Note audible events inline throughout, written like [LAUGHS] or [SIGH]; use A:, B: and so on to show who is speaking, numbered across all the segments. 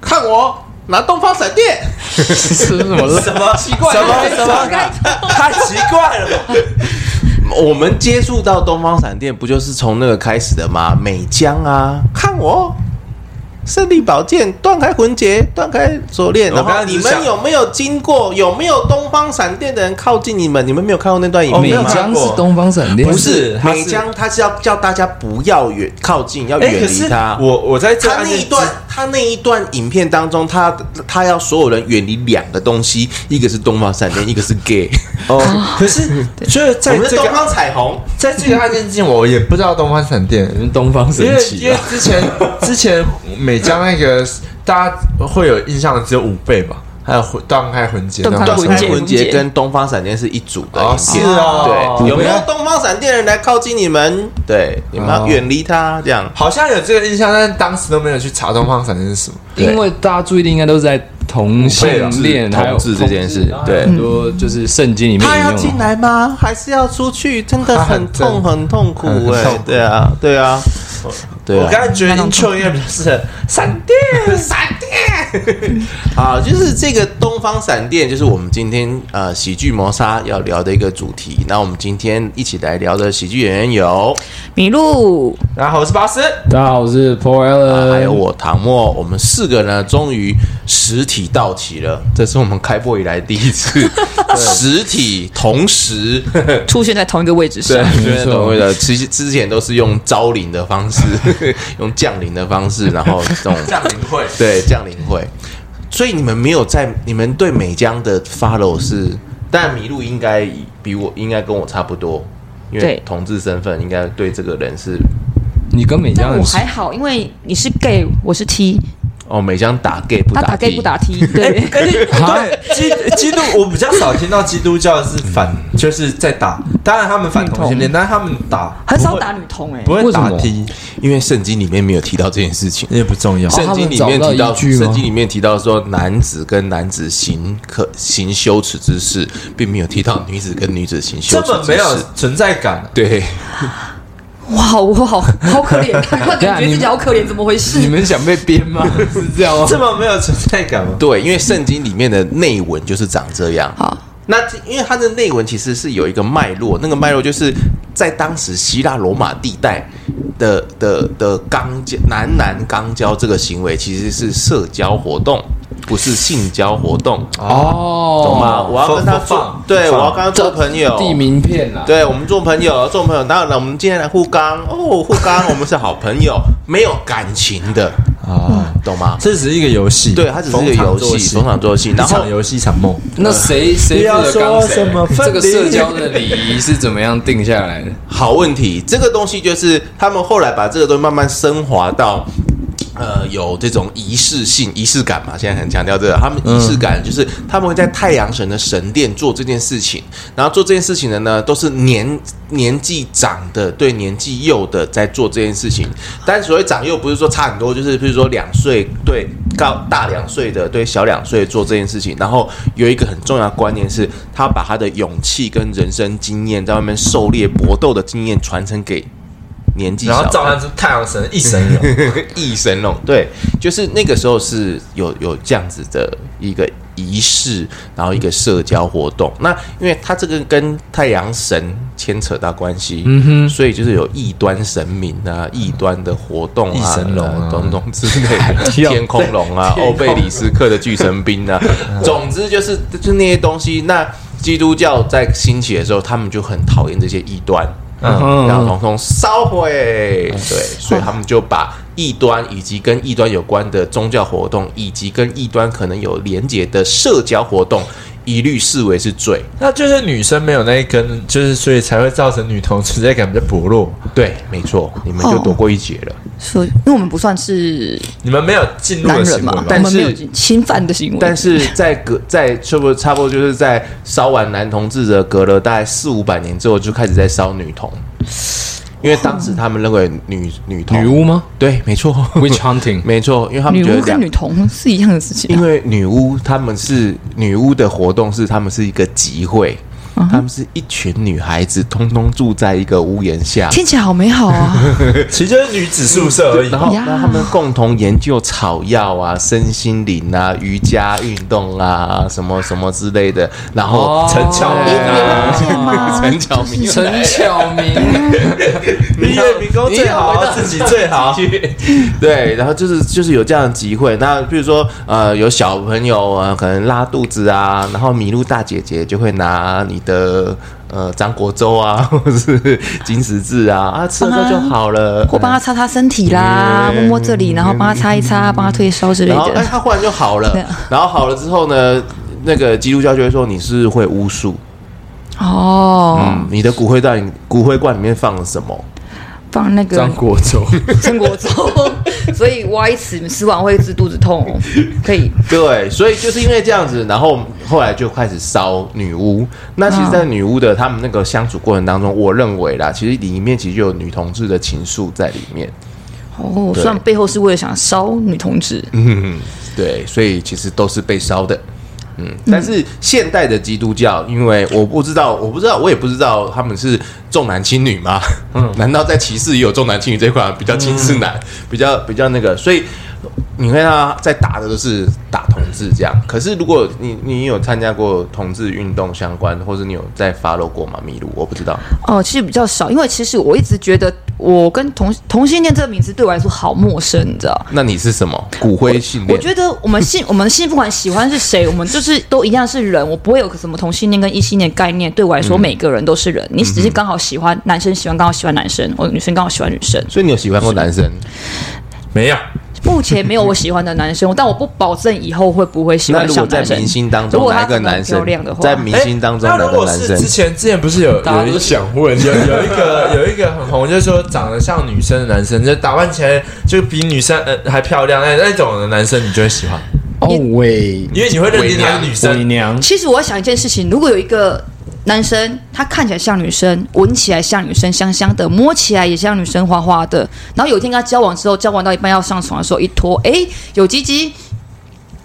A: 看我拿东方闪电，
B: 是什么？
C: 什么
A: 奇怪
C: 什么
A: 太
C: 什
A: 长
C: 么？
A: [LAUGHS]
C: 太奇怪了吧？
A: 我们接触到东方闪电，不就是从那个开始的吗？美江啊，看我，胜利宝剑断开魂结，断开锁链。
C: 我
A: 然
C: 刚
A: 后
C: 刚只
A: 你
C: 是
A: 们
C: 想
A: 有没有经过？有没有东方闪电的人靠近你们？你们没有看过那段影
B: 美
A: 片吗？
B: 江是东方闪电，
C: 哦不是他是
A: 美江，他是要叫大家不要远靠近，要
C: 哎，
A: 远
C: 可
A: 离
C: 是
A: 他。
C: 我我在这
A: 他
C: 案
A: 那
C: 件
A: 一段，他那一段影片当中，他他要所有人远离两个东西，一个是东方闪电，一个是 gay。 [LAUGHS]
C: 哦，可是就是
A: 我
C: 在
A: 们
C: 这
A: 是东
C: 个
A: 方彩虹，
D: 在这个案件之前，我也不知道东方闪电，
B: 你们东方
D: 因
B: 神
D: 为
B: 奇
D: 因为
B: 啊！
D: 之前之前美江那个大家会有印象的只有五倍吧，还有魂断开魂结，
E: 断开
A: 断
E: 魂
A: 开
E: 结
A: 魂
E: 魂结
A: 结跟东方闪电是一组的
D: 哦
A: 影
D: 是
A: 片。
D: 哦，
A: 对，有
D: 我
A: 没
D: 们
A: 有
D: 要
A: 东方闪电人来靠近你们？对，你们要远离他，这样。
D: 好像有这个印象，但是当时都没有去查东方闪电是什么。
A: 对
B: 因为大家注意力应该都是在同性恋还有
A: 同志这件事
B: 啊同志嗯
A: 对
B: 很多就是圣经里面
A: 他要
B: 引用
A: 进来吗？还是要出去？真的很痛，
D: 他
A: 很痛苦
D: 很
A: 哎
D: 痛苦。
A: 对啊，对啊，对
D: 我
A: 啊。
D: 刚才觉得英秋应该比较适合闪电，闪
A: [LAUGHS]
D: 电。
A: 啊，就是这个东方闪电，就是我们今天呃喜剧谋杀要聊的一个主题。那我们今天一起来聊的喜剧演员有，
E: 麋鹿，
D: 然后我是巴斯，
B: 大家好，我是 Paul
A: 呃、
B: Allen，
A: 还有我唐默，我们四个呢终于实体到齐了，这是我们开播以来第一 [LAUGHS] 次实体同时
E: 出现在同一个位置上
A: 对，，
B: 没错
A: 同位的，其实之前都是用招领的方式， [LAUGHS] 用降临的方式，然后这种
D: 降临会。
A: 对，降临会。所以你们没有在，你们对美江的 follow 是，但麋鹿应该比我应该跟我差不多，因为
E: 对
A: 同志身份应该对这个人是
B: 你跟美江
E: 但
B: 很
E: 我
B: 熟
E: 还好，因为你是 gay，我是 T，
A: 哦，美江打 gay 不
E: 他
A: 打
E: 打 gay
A: T
E: 不打 T，对，
A: [LAUGHS]
D: 哎对基基督，我比较少听到基督教是反，就是在打。当然他们反同性恋，但是他们打
E: 很少
D: 不会
E: 打女同哎
D: 不，会
B: 为什
D: 打
B: 么
D: T，
A: 因为圣经里面没有提到这件事情。
D: 也不重要。
A: 圣经里面提
B: 哦他们找
A: 到，
B: 不到依据吗
A: 圣经里面提到说，男子跟男子行可行羞耻之事，并没有提到女子跟女子行羞
D: 这
A: 耻
D: 么
A: 之
D: 没
A: 事。
D: 有存在感啊，
A: 对，
E: 哇，我好好可
A: [LAUGHS]
E: 怜，他感觉自己好可怜，怎么回
B: 你
A: 啊
E: 事？
B: 们想被编 [LAUGHS] 吗？是这
A: 哦
B: 样吗？
D: 这么没有存在感吗？
A: 对，因为圣经里面的内文就是长这样。
E: 好，
A: 那因为它的内文其实是有一个脉络，那个脉络就是在当时希腊罗马地带的的的肛交男男肛交这个行为其实是社交活动，不是性交活动，
B: 哦，
A: 懂吗？我要跟他
D: 不
A: 做
D: 放，
A: 对
D: 不
A: 我
D: 放
A: 要跟他做朋友，
B: 递名片啊啦。
A: 对我们做朋友，做朋友。当然了，我们今天来互刚哦，互刚，我们是好朋友，没有感情的，
D: 啊，
A: 懂吗？
D: 这只是一个游戏，
A: 对，它只是一个游戏，逢
D: 逢
A: 场
D: 场作
A: 作戏，
D: 戏
A: 然
D: 一
A: 后
D: 场游戏一场梦。
B: 那谁谁负责
D: 不要
B: 刚
D: 说
B: 谁
D: 什么？分离
B: 这个社交的礼仪是怎么样定下 [LAUGHS] 来的？
A: 好问题，这个东西就是他们后来把这个东西慢慢升华到。呃，有这种仪式性、仪式感嘛？现在很强调这个，他们仪式感就是他们会在太阳神的神殿做这件事情，然后做这件事情的呢，都是年年纪长的对年纪幼的在做这件事情。但所谓长幼，不是说差很多，就是比如说两岁对高大两岁的对小两岁做这件事情。然后有一个很重要的观念是，他把他的勇气跟人生经验，在外面狩猎搏斗的经验传承给年纪
D: 然
A: 小
D: 后
A: 的。
D: 召唤出太阳神一神
A: [LAUGHS]
D: 游，
A: 异神龙，对，就是那个时候是有有这样子的一个仪式，然后一个社交活动。那因为它这个跟太阳神牵扯到关系，嗯哼，所以就是有异端神明啊、异端的活动
D: 异
A: 啊、
D: 神龙啊
A: 呃种种之类的，
B: 要
A: 天空龙啊、
B: 天空
A: 欧贝里斯克的巨神兵啊，总之就是就那些东西。那基督教在兴起的时候，他们就很讨厌这些异端。
B: 嗯
A: 然后统统烧毁。对，所以他们就把异端以及跟异端有关的宗教活动，以及跟异端可能有连结的社交活动，一律视为是罪。
D: 那就是女生没有那一根，就是所以才会造成女同存在感比较薄弱。
A: 对，没错，你们就躲过一劫了。
E: 所以，因为我们不算是
D: 你们没有进入
E: 男
D: 的
E: 人
D: 行
E: 嘛
D: 为，吧
A: 但
E: 我们没
A: 是
E: 有侵犯的行为，
A: 但是在隔在差不多差不多就是在烧完男同志的，隔了大概四五百年之后，就开始在烧女童。因为当时他们认为女女童
B: 女巫吗
A: 对，没错， [LAUGHS]
B: ？Witch hunting
A: 没错，因为他们
E: 女
A: 觉得
E: 巫
A: 两
E: 跟女同是一样的事情啊
A: 因，为女巫他们是女巫的活动是他们是一个集会，他们是一群女孩子，通通住在一个屋檐下，
E: 听起来好美
A: [LAUGHS]
E: 好啊！
D: 其实就是女子宿舍而已
A: 然。后，
E: 呀
A: 然后他们共同研究草药啊、身心灵啊、瑜伽运动啊、什么什么之类的。然后
B: 哦
A: 陈巧明啊，
E: 你有
A: [LAUGHS]
E: 吗
A: 陈巧明，
B: 陈巧明，
D: 毕业民工最好，自己最好。
A: 对，然后就是就是有这样的集会。那比如说呃，有小朋友啊、呃可能拉肚子啊，然后麋鹿大姐姐就会拿你的。呃，张国粥啊，或者是金石志啊，啊，吃了之后就好了。
E: 或帮他擦擦身体啦，摸摸这里，然后帮他擦一擦，帮他退烧之类
A: 然后哎，
E: 的。
A: 他忽然就好了
E: 对啊，
A: 然后好了之后呢，那个基督教就会说你是会巫术，
E: 哦，
A: 嗯，你的骨灰罐骨灰罐里面放了什么？
E: 放那
B: [LAUGHS]
E: 个
B: 张国忠，
E: [LAUGHS] 生果粥，所以挖一尺吃完会一直肚子痛哦，可以。
A: [LAUGHS] 对，所以就是因为这样子，然后后来就开始烧女巫。那其实，在女巫的他们那个相处过程当中，我认为啦，其实里面其实就有女同志的情愫在里面。
E: 哦，虽然背后是为了想烧女同志，
A: 嗯， [LAUGHS] 对，所以其实都是被烧的。嗯，但是现代的基督教，因为我不知道，我不知道，我也不知道他们是重男轻女吗？嗯， [LAUGHS] 难道在歧视也有重男轻女这一块比较轻
E: 嗯
A: 视男，比较比较那个？所以你看他在打的都是打同志这样。可是如果你你有参加过同志运动相关，或者你有在 follow 过吗？麋鹿，我不知道。
E: 哦，其实比较少，因为其实我一直觉得我跟同同性恋这个名字对我来说好陌生，你知道？
A: 那你是什么骨灰信
E: 我
A: 念？
E: 觉得我们性，我们性不管喜欢是谁，我们就是都一样是人，我不会有什么同性恋跟异性恋概念。对我来说，每个人都是人，你只是刚好喜欢男生，喜欢刚好喜欢男生，哦我女生刚好喜欢女生。
A: 所以你有喜欢过男生？
D: 没有，
E: 目前没有我喜欢的男生，但我不保证以后会不会喜
A: 那
E: 欢
A: 如
E: 上
A: 果
E: 男
A: 在
E: 生。
A: 明星当
E: 如
A: 中，
E: 果
A: 哪
E: 他
A: 一个
E: 长得
A: 男
E: 漂
A: 生
E: 亮的话，
A: 在明星当中
D: 那
A: 哪
D: 如
A: 个
D: 果
A: 男
D: 是
A: 生
D: 之？前之前不是有
B: 大
D: 有
B: 家
D: 一
B: 都想问，
D: 有有一个有一个很红，就是说长得像女生的男生，就打扮起来就比女生呃还漂亮，那那种的男生你就会喜欢，
B: 哦喂，
D: 因为你会认定他是女
B: 伪
D: 生。
B: 娘，
E: 其实我想一件事情，如果有一个男生，他看起来像女生，闻起来像女生，香香的，摸起来也像女生，花花的，然后有一天跟他交往之后，交往到一半要上床的时候，一脱，哎，有鸡鸡，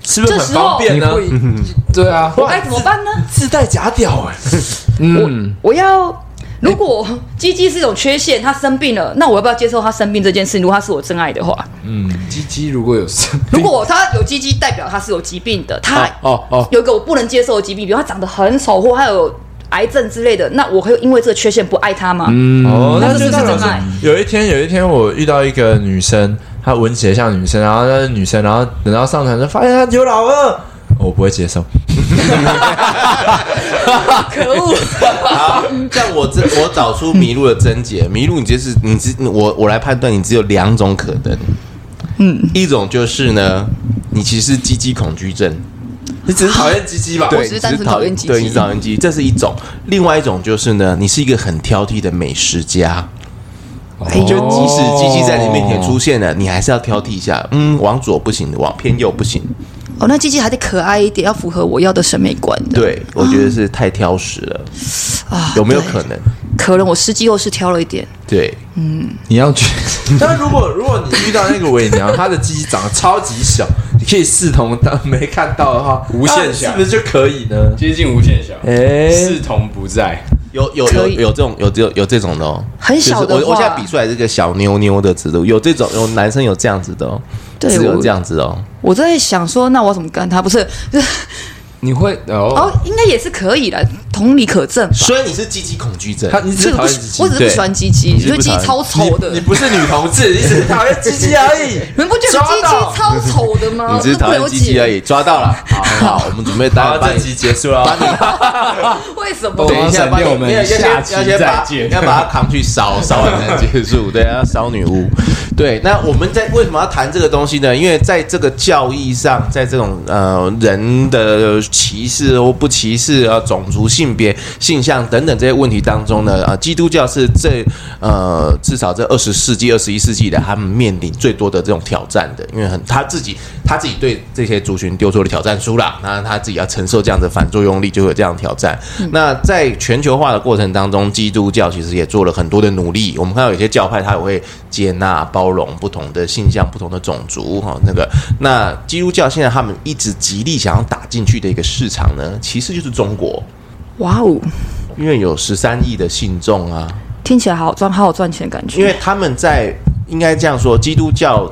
D: 是不是
E: 这
D: 很
E: 时候
D: 方便
B: 你
D: 呢？
B: 会，对啊，
E: 我该怎么办呢？
D: 自带假屌哎、
B: 嗯，
E: 我要。如果鸡鸡是一种缺陷，他生病了，那我要不要接受他生病这件事？如果他是我真爱的话，
B: 鸡鸡如果有生病，
E: 如果他有鸡鸡，代表他是有疾病的，他
B: 哦哦，
E: 有一个我不能接受的疾病，比如他长得很丑或他有癌症之类的，那我会因为这个缺陷不爱他吗？
A: 嗯
D: 哦，
E: 那
D: 那
E: 这
D: 就是代表
E: 真
D: 说
E: 爱
D: 有一天，有一天我遇到一个女生，她闻起来像女生，然后她是女生，然后等到上船就发现她有老二，哦我不会接受。
E: 可
A: [LAUGHS]
E: 恶！
A: 好，这样我这我找出迷路的症结。迷路，你就是你只我我来判断，你只有两种可能。嗯，一种就是呢，你其实是鸡鸡恐惧症，
D: 你只是讨厌鸡鸡吧？
A: 对，
E: 哦我只是
A: 你
E: 单纯讨厌鸡鸡
A: 对，你是讨厌鸡鸡，这是一种。另外一种就是呢，你是一个很挑剔的美食家。
E: 哎
A: 哎就即使鸡鸡在你面前出现了，你还是要挑剔一下。嗯，往左不行，往偏右不行。
E: 哦，那鸡鸡还得可爱一点，要符合我要的审美观的。，
A: 对，我觉得是太挑食了。
E: 哦啊
A: 有没有可能？
E: 可能我吃鸡肉是挑了一点，
A: 对，
B: 你要去，
D: [LAUGHS] 但如果如果你遇到那个伪娘，她的鸡鸡长得超级小，你可以视同当没看到的话，
B: 无限
D: 那
B: 小
D: 是不是就可以呢？
B: 接近无限小，
D: 哎
B: 视同不在，
A: 有有
E: 可
A: 有
E: 以
A: 有这种有有有这种的哦，
E: 很小的
A: 就是我我
E: 话
A: 现在比出来这个小妞妞的尺度，有这种有男生有这样子的哦，
E: 对
A: 只有
E: 我
A: 这样子哦。
E: 我在想说，那我要怎么干他？不是， [LAUGHS] 就是
B: 你会
E: 哦
B: 哦，，
E: 应该也是可以的，同理可证吧。
A: 所以你是鸡鸡恐惧症
D: 她你只是
E: 这个
D: 讨
E: 不
D: 厌
E: 喜
D: 鸡，鸡
E: 我只，是不喜欢鸡鸡，
A: 对
E: 觉得鸡鸡超丑的。
D: 你不是女同志，你只
E: [LAUGHS]
D: 是讨厌鸡鸡而已。
E: 你们不觉得鸡
D: 抓
E: 鸡
D: 到
E: 超丑的吗？
A: 你只是讨厌鸡鸡而
E: 已。
A: 已，抓到了。好，好我们准备
D: 然
A: 打
D: 后
A: 把
D: 这
A: 你
D: 集结束了，
E: 为什么？
B: 对
A: 等一下把你，
B: 我们
A: 要先
B: 下期
A: 要先把
B: 再见
A: 要把它扛去
B: [LAUGHS]
A: 烧，烧完才结束。对，要烧女巫。对，那我们在为什么要谈这个东西呢？因为在这个教义上，在这种呃人的歧视或不歧视啊、种族、性别、性向等等这些问题当中呢，啊，基督教是这呃至少这二十世纪、二十一世纪的他们面临最多的这种挑战的，因为很嗯他自己他自己对这些族群丢出了挑战书啦，那他自己要承受这样的反作用力，就会有这样的挑战。那在全球化的过程当中，基督教其实也做了很多的努力。我们看到有些教派，它也会接纳包容不同的性向、不同的种族哈、那个那基督教现在他们一直极力想要打进去的一个市场呢，其实就是中国。
E: 哇哦，
A: 因为有十三亿的信众啊，
E: 听起来好赚，好好赚钱的感
A: 因
E: 觉。
A: 为他们在应该这样说，基督教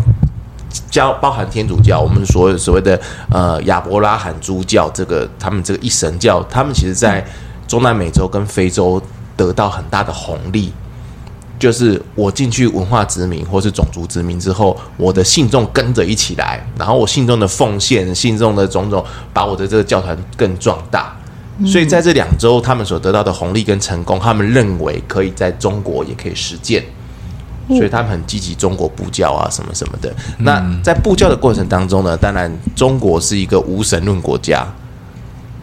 A: 教包含天主教，我们所有所谓的呃亚伯拉罕诸教，这个他们这个一神教，他们其实在中南美洲跟非洲得到很大的红利。就是我进去文化殖民或是种族殖民之后，我的信众跟着一起来，然后我信众的奉献、信众的种种，把我的这个教团更壮大。所以在这两周，他们所得到的红利跟成功，他们认为可以在中国也可以实践。所以他们很积极中国布教啊，什么什么的。那在布教的过程当中呢，当然中国是一个无神论国家。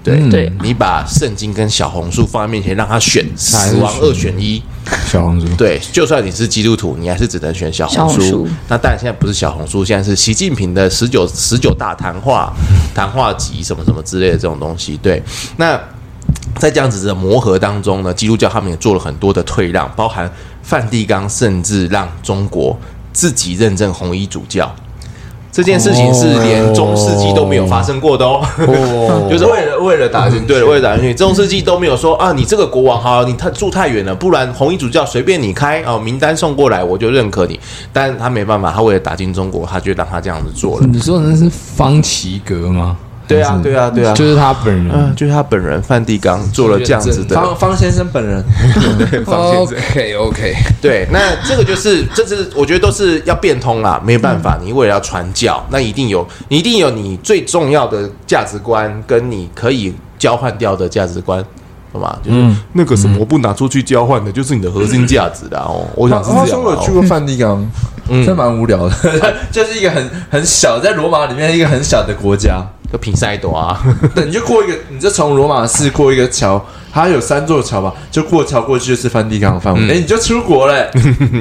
A: 对，
B: 嗯
E: 对
A: 你把圣经跟小红书放在面前，让他选死亡二选一。
B: 小红书，
A: 对，就算你是基督徒，你还是只能选小红书。
E: 小红书
A: 那当然，现在不是小红书，现在是习近平的十九十九大谈话谈话集什么什么之类的这种东西。对，那在这样子的磨合当中呢，基督教他们也做了很多的退让，包含梵蒂冈甚至让中国自己认证红衣主教。这件事情是连中世纪都没有发生过的哦， [LAUGHS] 就是为了为了打进去，对，为了打进去，中世纪都没有说啊，你这个国王好，你他住太远了，不然红衣主教随便你开哦，名单送过来我就认可你， [LAUGHS] 但是他没办法，他为了打进中国，他就让他这样子做了，
B: 你说的是方奇格吗？
A: 对啊
B: 还是
A: 对啊对啊
B: 就是他本
A: [LAUGHS]
B: 人。
A: 嗯，就是他本人梵蒂冈做了这样子的，
D: 方方先生本人，
B: OK OK，
A: 对，那这个就是， [LAUGHS] 这是我觉得都是要变通啦，没有办法，你为了要传教，那一定有，你一定有你最重要的价值观，跟你可以交换掉的价值观，懂吗？就是、嗯那个什么不拿出去交换的，就是你的核心价值啦。哦。我想是
D: 他
A: 这样
D: 说
A: 哦
D: 我
A: 啦
D: 有去过梵蒂冈，真蛮无聊的，嗯 [LAUGHS] 就是一个很很小，在罗马里面一个很小的国家。
A: 哦，就平塞朵啊，
D: 对，你就过一个，你就从罗马市过一个桥，它有三座桥吧，就过桥过去就是梵蒂冈的范围，
B: 嗯
D: 哎、你就出国
B: [LAUGHS]
D: 了、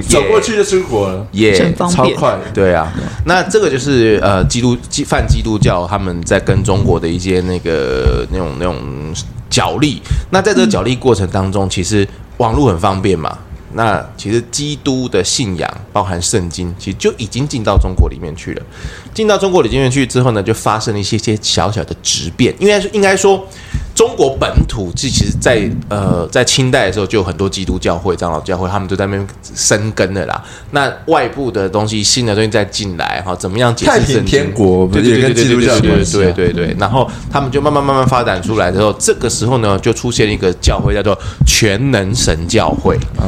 D: 走过去就出国了，
A: 耶、
E: 真方
D: 超
E: 便
D: 快的。
A: 对啊，那这个就是呃，基督基泛基督教他们在跟中国的一些那个那种那种角力。那在这个角力过程当中，其实网络很方便嘛。那其实基督的信仰包含圣经，其实就已经进到中国里面去了。进到中国里面去之后呢，就发生了一些些小小的质变。应该是应该说，中国本土其实在，呃在清代的时候就有很多基督教会、长老教会，他们就在那边生根了啦。那外部的东西、新的东西再进来哈，怎么样解释
D: 太
A: 圣经？
D: 平天国
A: 对
D: 也
A: 对对
D: 跟
A: 对
D: 基督
A: 对
D: 教有
A: 对
D: 关系啊
A: 对对对。然后他们就慢慢慢慢发展出来之后，这个时候呢，就出现了一个教会叫做全能神教会。
E: 哦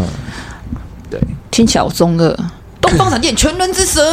E: 听起来好中二，东方闪电全能之神，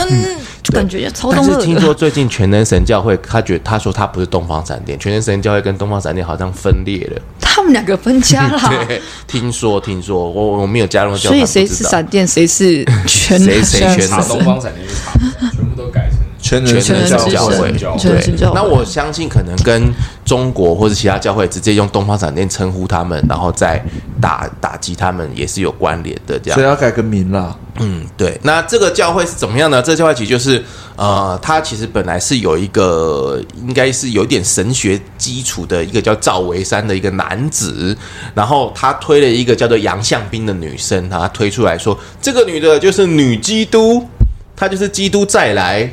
E: 就感觉超
A: 啊但
E: 中
A: 是
E: 二
A: 听
E: 的。
A: 说最近全能神教会，他觉他说他不是东方闪电，全能神教会跟东方闪电好像分裂了。
E: 他们两个分家啦，
A: [LAUGHS] 对，听说听说，我我没有加入教
E: 啊所
A: 团，
E: 以
A: 不
E: 谁
A: 知
E: 是
A: 道
E: 闪电，谁是全能
A: 谁谁
E: 神
A: 全能
B: 查东方闪电是查，全部都改成
D: 全能
A: 全能
D: 神
A: 神
E: 之
A: 教
E: 神
A: 会，
E: 全能神
A: 对
E: 教。会
A: 那我相信，可能跟中国或者其他教会直接用东方闪电称呼他们，然后再打打击他们，也是有关联的。这样
D: 所以，要改个名啦。
A: 嗯，对。那这个教会是怎么样呢？这个教会其实就是，呃，它其实本来是有一个，应该是有点神学基础的一个叫赵维山的一个男子，然后他推了一个叫做杨向斌的女生，然后他推出来说，这个女的就是女基督，她就是基督再来，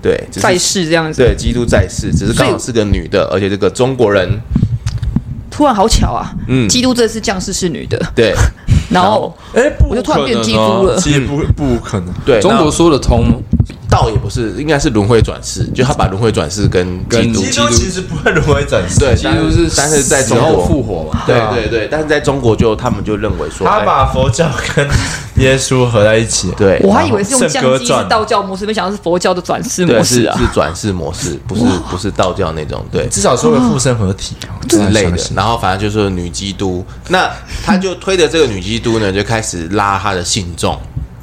A: 对，只是
E: [LAUGHS] 在世这样子，
A: 对，基督在世，只是刚好是个女的，而且这个中国人，
E: 突然好巧啊！
A: 嗯
E: 基督这次降世是女的，
B: [LAUGHS]
A: 对
E: 然后
D: 哎、不
E: 我就突然变
D: 可能
E: 基督了
D: 哦其实不不可能。哦
A: 对，
B: 中
A: 那
B: 国说得通吗？
A: 道也不是，应该是轮回转世，就他把轮回转世跟
B: 跟
A: 基督
B: 基
D: 基督 [LAUGHS] 其实不会轮回转世，
A: 对，
B: 基督是
A: 但是在中
B: 死后
A: 国
B: 复活啊嘛？
A: 对对对，但是在中国就他们就认为说，
D: 他
A: 哎
D: 把佛教跟耶稣合在一起。
A: 对，
E: 我还以为是用
D: 圣
E: 降
D: 歌
E: 基
D: 传
E: 是道教模式，没想到是佛教的转世模
A: 对
E: 式
A: 是
E: 啊！
A: 是转世模式，不是不是道教那种，对。
D: 至少说个附身合体啊
A: 之类的，然后反正就是女基督，那他就推着这个女基督呢，就开始拉他的信众，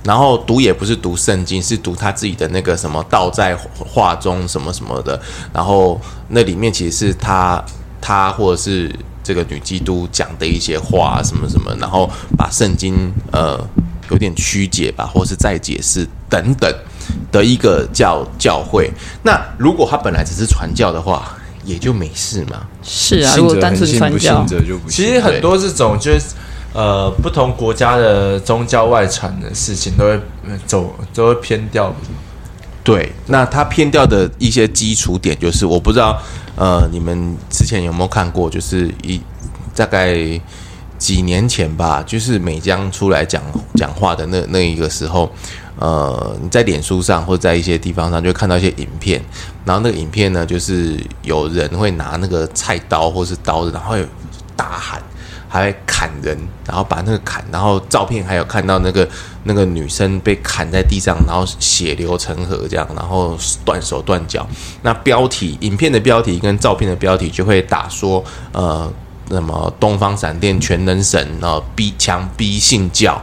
A: 然后读也不是读圣经，是读他自己的那个什么道在话中什么什么的，然后那里面其实是他他或者是这个女基督讲的一些话什么什么，然后把圣经呃有点曲解吧，或是再解释等等的一个教教会。那如果他本来只是传教的话，也就没事嘛。
E: 是啊，如果单纯传教，
B: 就不
D: 其实很多这种就是呃不同国家的宗教外传的事情都会呃走都会偏掉。
A: 对，那它偏掉的一些基础点就是，我不知道，呃，你们之前有没有看过，就是一大概几年前吧，就是美江出来讲讲话的那那一个时候，呃，你在脸书上或在一些地方上就会看到一些影片，然后那个影片呢，就是有人会拿那个菜刀或是刀子，然后有大喊。还会砍人，然后把那个砍，然后照片还有看到那个那个女生被砍在地上，然后血流成河这样，然后断手断脚。那标题，影片的标题跟照片的标题就会打说，呃，那么东方闪电全能神，然后逼强逼信教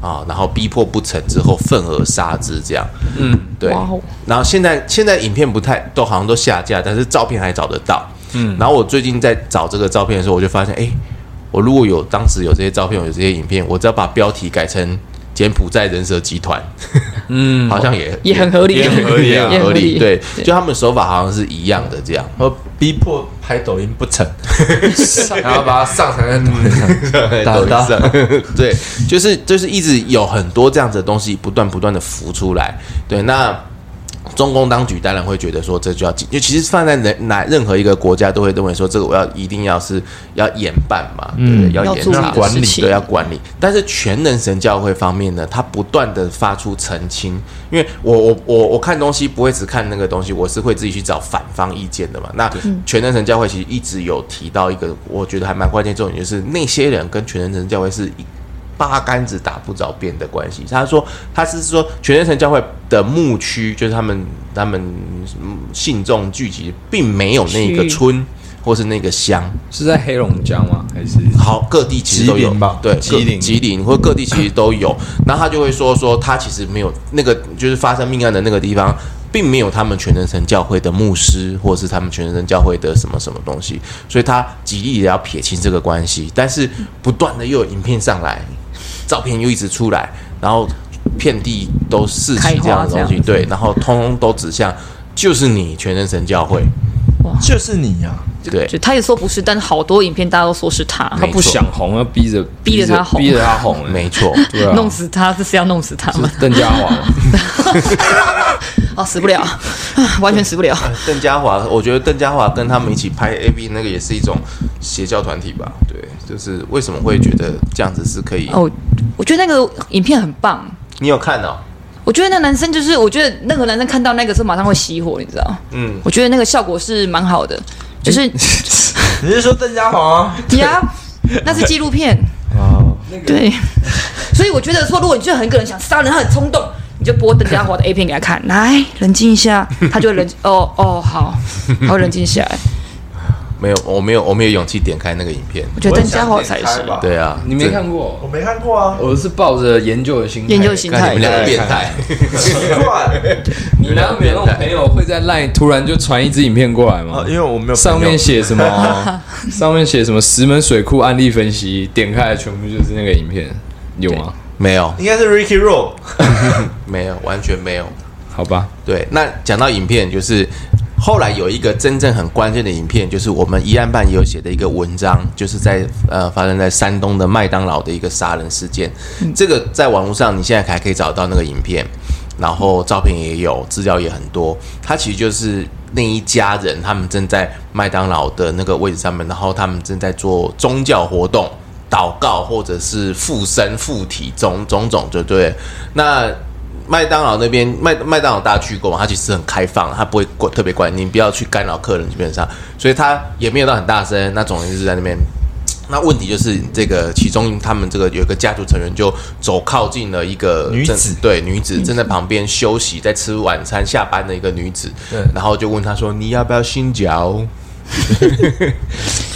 A: 啊，然后逼迫不成之后愤而杀之这样。嗯，对
E: 哇哦。
A: 然后现在现在影片不太都好像都下架，但是照片还找得到。嗯，然后我最近在找这个照片的时候，我就发现，哎、我如果有当时有这些照片，有这些影片，我只要把标题改成柬埔寨人蛇集团，嗯， [LAUGHS] 好像也
E: 也很合理
A: 也很合理，
E: 也
A: 也
E: 很
A: 很合
E: 合
A: 理。
E: 理
A: 对，就他们手法好像是一样的这样。
D: 然后逼迫拍抖音不成，然后把它上
B: 嗯
D: 传在抖音上。
A: 打
D: 打
A: 打，对，就是就是一直有很多这样子的东西不断不断的浮出来。对，那中共当局当然会觉得说这就要禁，就其实放在哪哪任何一个国家都会认为说这个我要一定要是要严办嘛，对不对？
E: 要
A: 严
E: 注意
A: 查
E: 的
A: 管
E: 事
A: 理，
E: 情
A: 对，要管理。但是全能神教会方面呢，他不断的发出澄清，因为我我我我看东西不会只看那个东西，我是会自己去找反方意见的嘛。那
E: 嗯
A: 全能神教会其实一直有提到一个，我觉得还蛮关键重点，就是那些人跟全能神教会是一八竿子打不着边的关系。他说，他是说全人神教会的牧区，就是他们他们嗯信众聚集，并没有那个
E: 区域
A: 村或是那个乡，
B: 是在黑龙江吗？还是
A: 好，各地其实都
D: 吉
A: 有
D: 林吧
A: 对，
D: 吉林
A: 各吉林或各地其实都有。然后他就会说说，他其实没有那个，就是发生命案的那个地方，并没有他们全能神教会的牧师，或是他们全能神教会的什么什么东西，所以他极力也要撇清这个关系。但是不断的又有影片上来，照片又一直出来，然后遍地都是起这样的东
E: 开花这
A: 西，
E: 样
A: 对，然后通通都指向就是你全能神教会，
D: 就是你呀、啊，
A: 对
E: 就他也说不是，但是好多影片大家都说是他，
A: 没
B: 他
A: 错
B: 不想红，要逼着
E: 逼着他红
B: 逼着他红、欸，
A: 没错。
B: 对啊，
E: 弄死他，这是要弄死他们
B: 邓家
D: [LAUGHS]
B: 华嘛，
E: 啊，死不了，啊完全死不了。
A: 呃邓家华，我觉得邓家华跟他们一起拍 A V 那个也是一种邪教团体吧？对，就是为什么会觉得这样子是可以？
E: 哦，我觉得那个影片很棒。
A: 你有看哦？
E: 我觉得那男生就是，我觉得任何男生看到那个是马上会熄火，你知道？
A: 嗯，
E: 我觉得那个效果是蛮好的，就是 [LAUGHS]
D: 你是说邓家华？啊
E: 呀，那是纪录片。
D: 哦，
E: 对，所以我觉得说，如果你觉得很个人想杀人，他很冲动，你就播邓家华的 A 片给他看，来冷静一下，他就会冷静。哦哦，好，他会冷静下来。
A: 没有，我没有，我没有勇气点开那个影片。
E: 我觉得邓家华才是
A: 对啊，
B: 你没看过？
D: 我没看过啊，
B: 我是抱着研究的心态，
E: 研究心
A: 这？看
E: 态
A: 你们两个变
B: 看。
A: 态，
D: 奇怪
B: 你难道没有那种朋友会在 LINE 突然就传一支影片过来吗
D: 啊，？因为我没有
B: 上面
D: 朋友
B: 写什么？上面写什么？石门水库案例分析，点开来全部就是那个影片，有吗？
A: [LAUGHS] 没有，
D: 应该是 Ricky Roll，
A: 没有，完全没有。
B: 好吧，
A: 对，那讲到影片，就是后来有一个真正很关键的影片，就是我们一案办也有写的一个文章，就是在呃发生在山东的麦当劳的一个杀人事件。这个在网络上你现在还可以找到那个影片，然后照片也有，资料也很多。它其实就是那一家人，他们正在麦当劳的那个位置上面，然后他们正在做宗教活动。祷告或者是附身附体种种种，就对了。那麦当劳那边麦麦当劳大家去过嘛，它其实很开放，它不会管特别管你，不要去干扰客人，基本上，所以它也没有到很大声。那总而言之在那边，那问题就是这个其中他们这个有一个家族成员就走靠近了一个
D: 女
A: 正
D: 子嗯
A: 对女子正在旁边休息，在吃晚餐下班的一个女子，
D: 对
A: 然后就问她说你要不要信教？ [LAUGHS]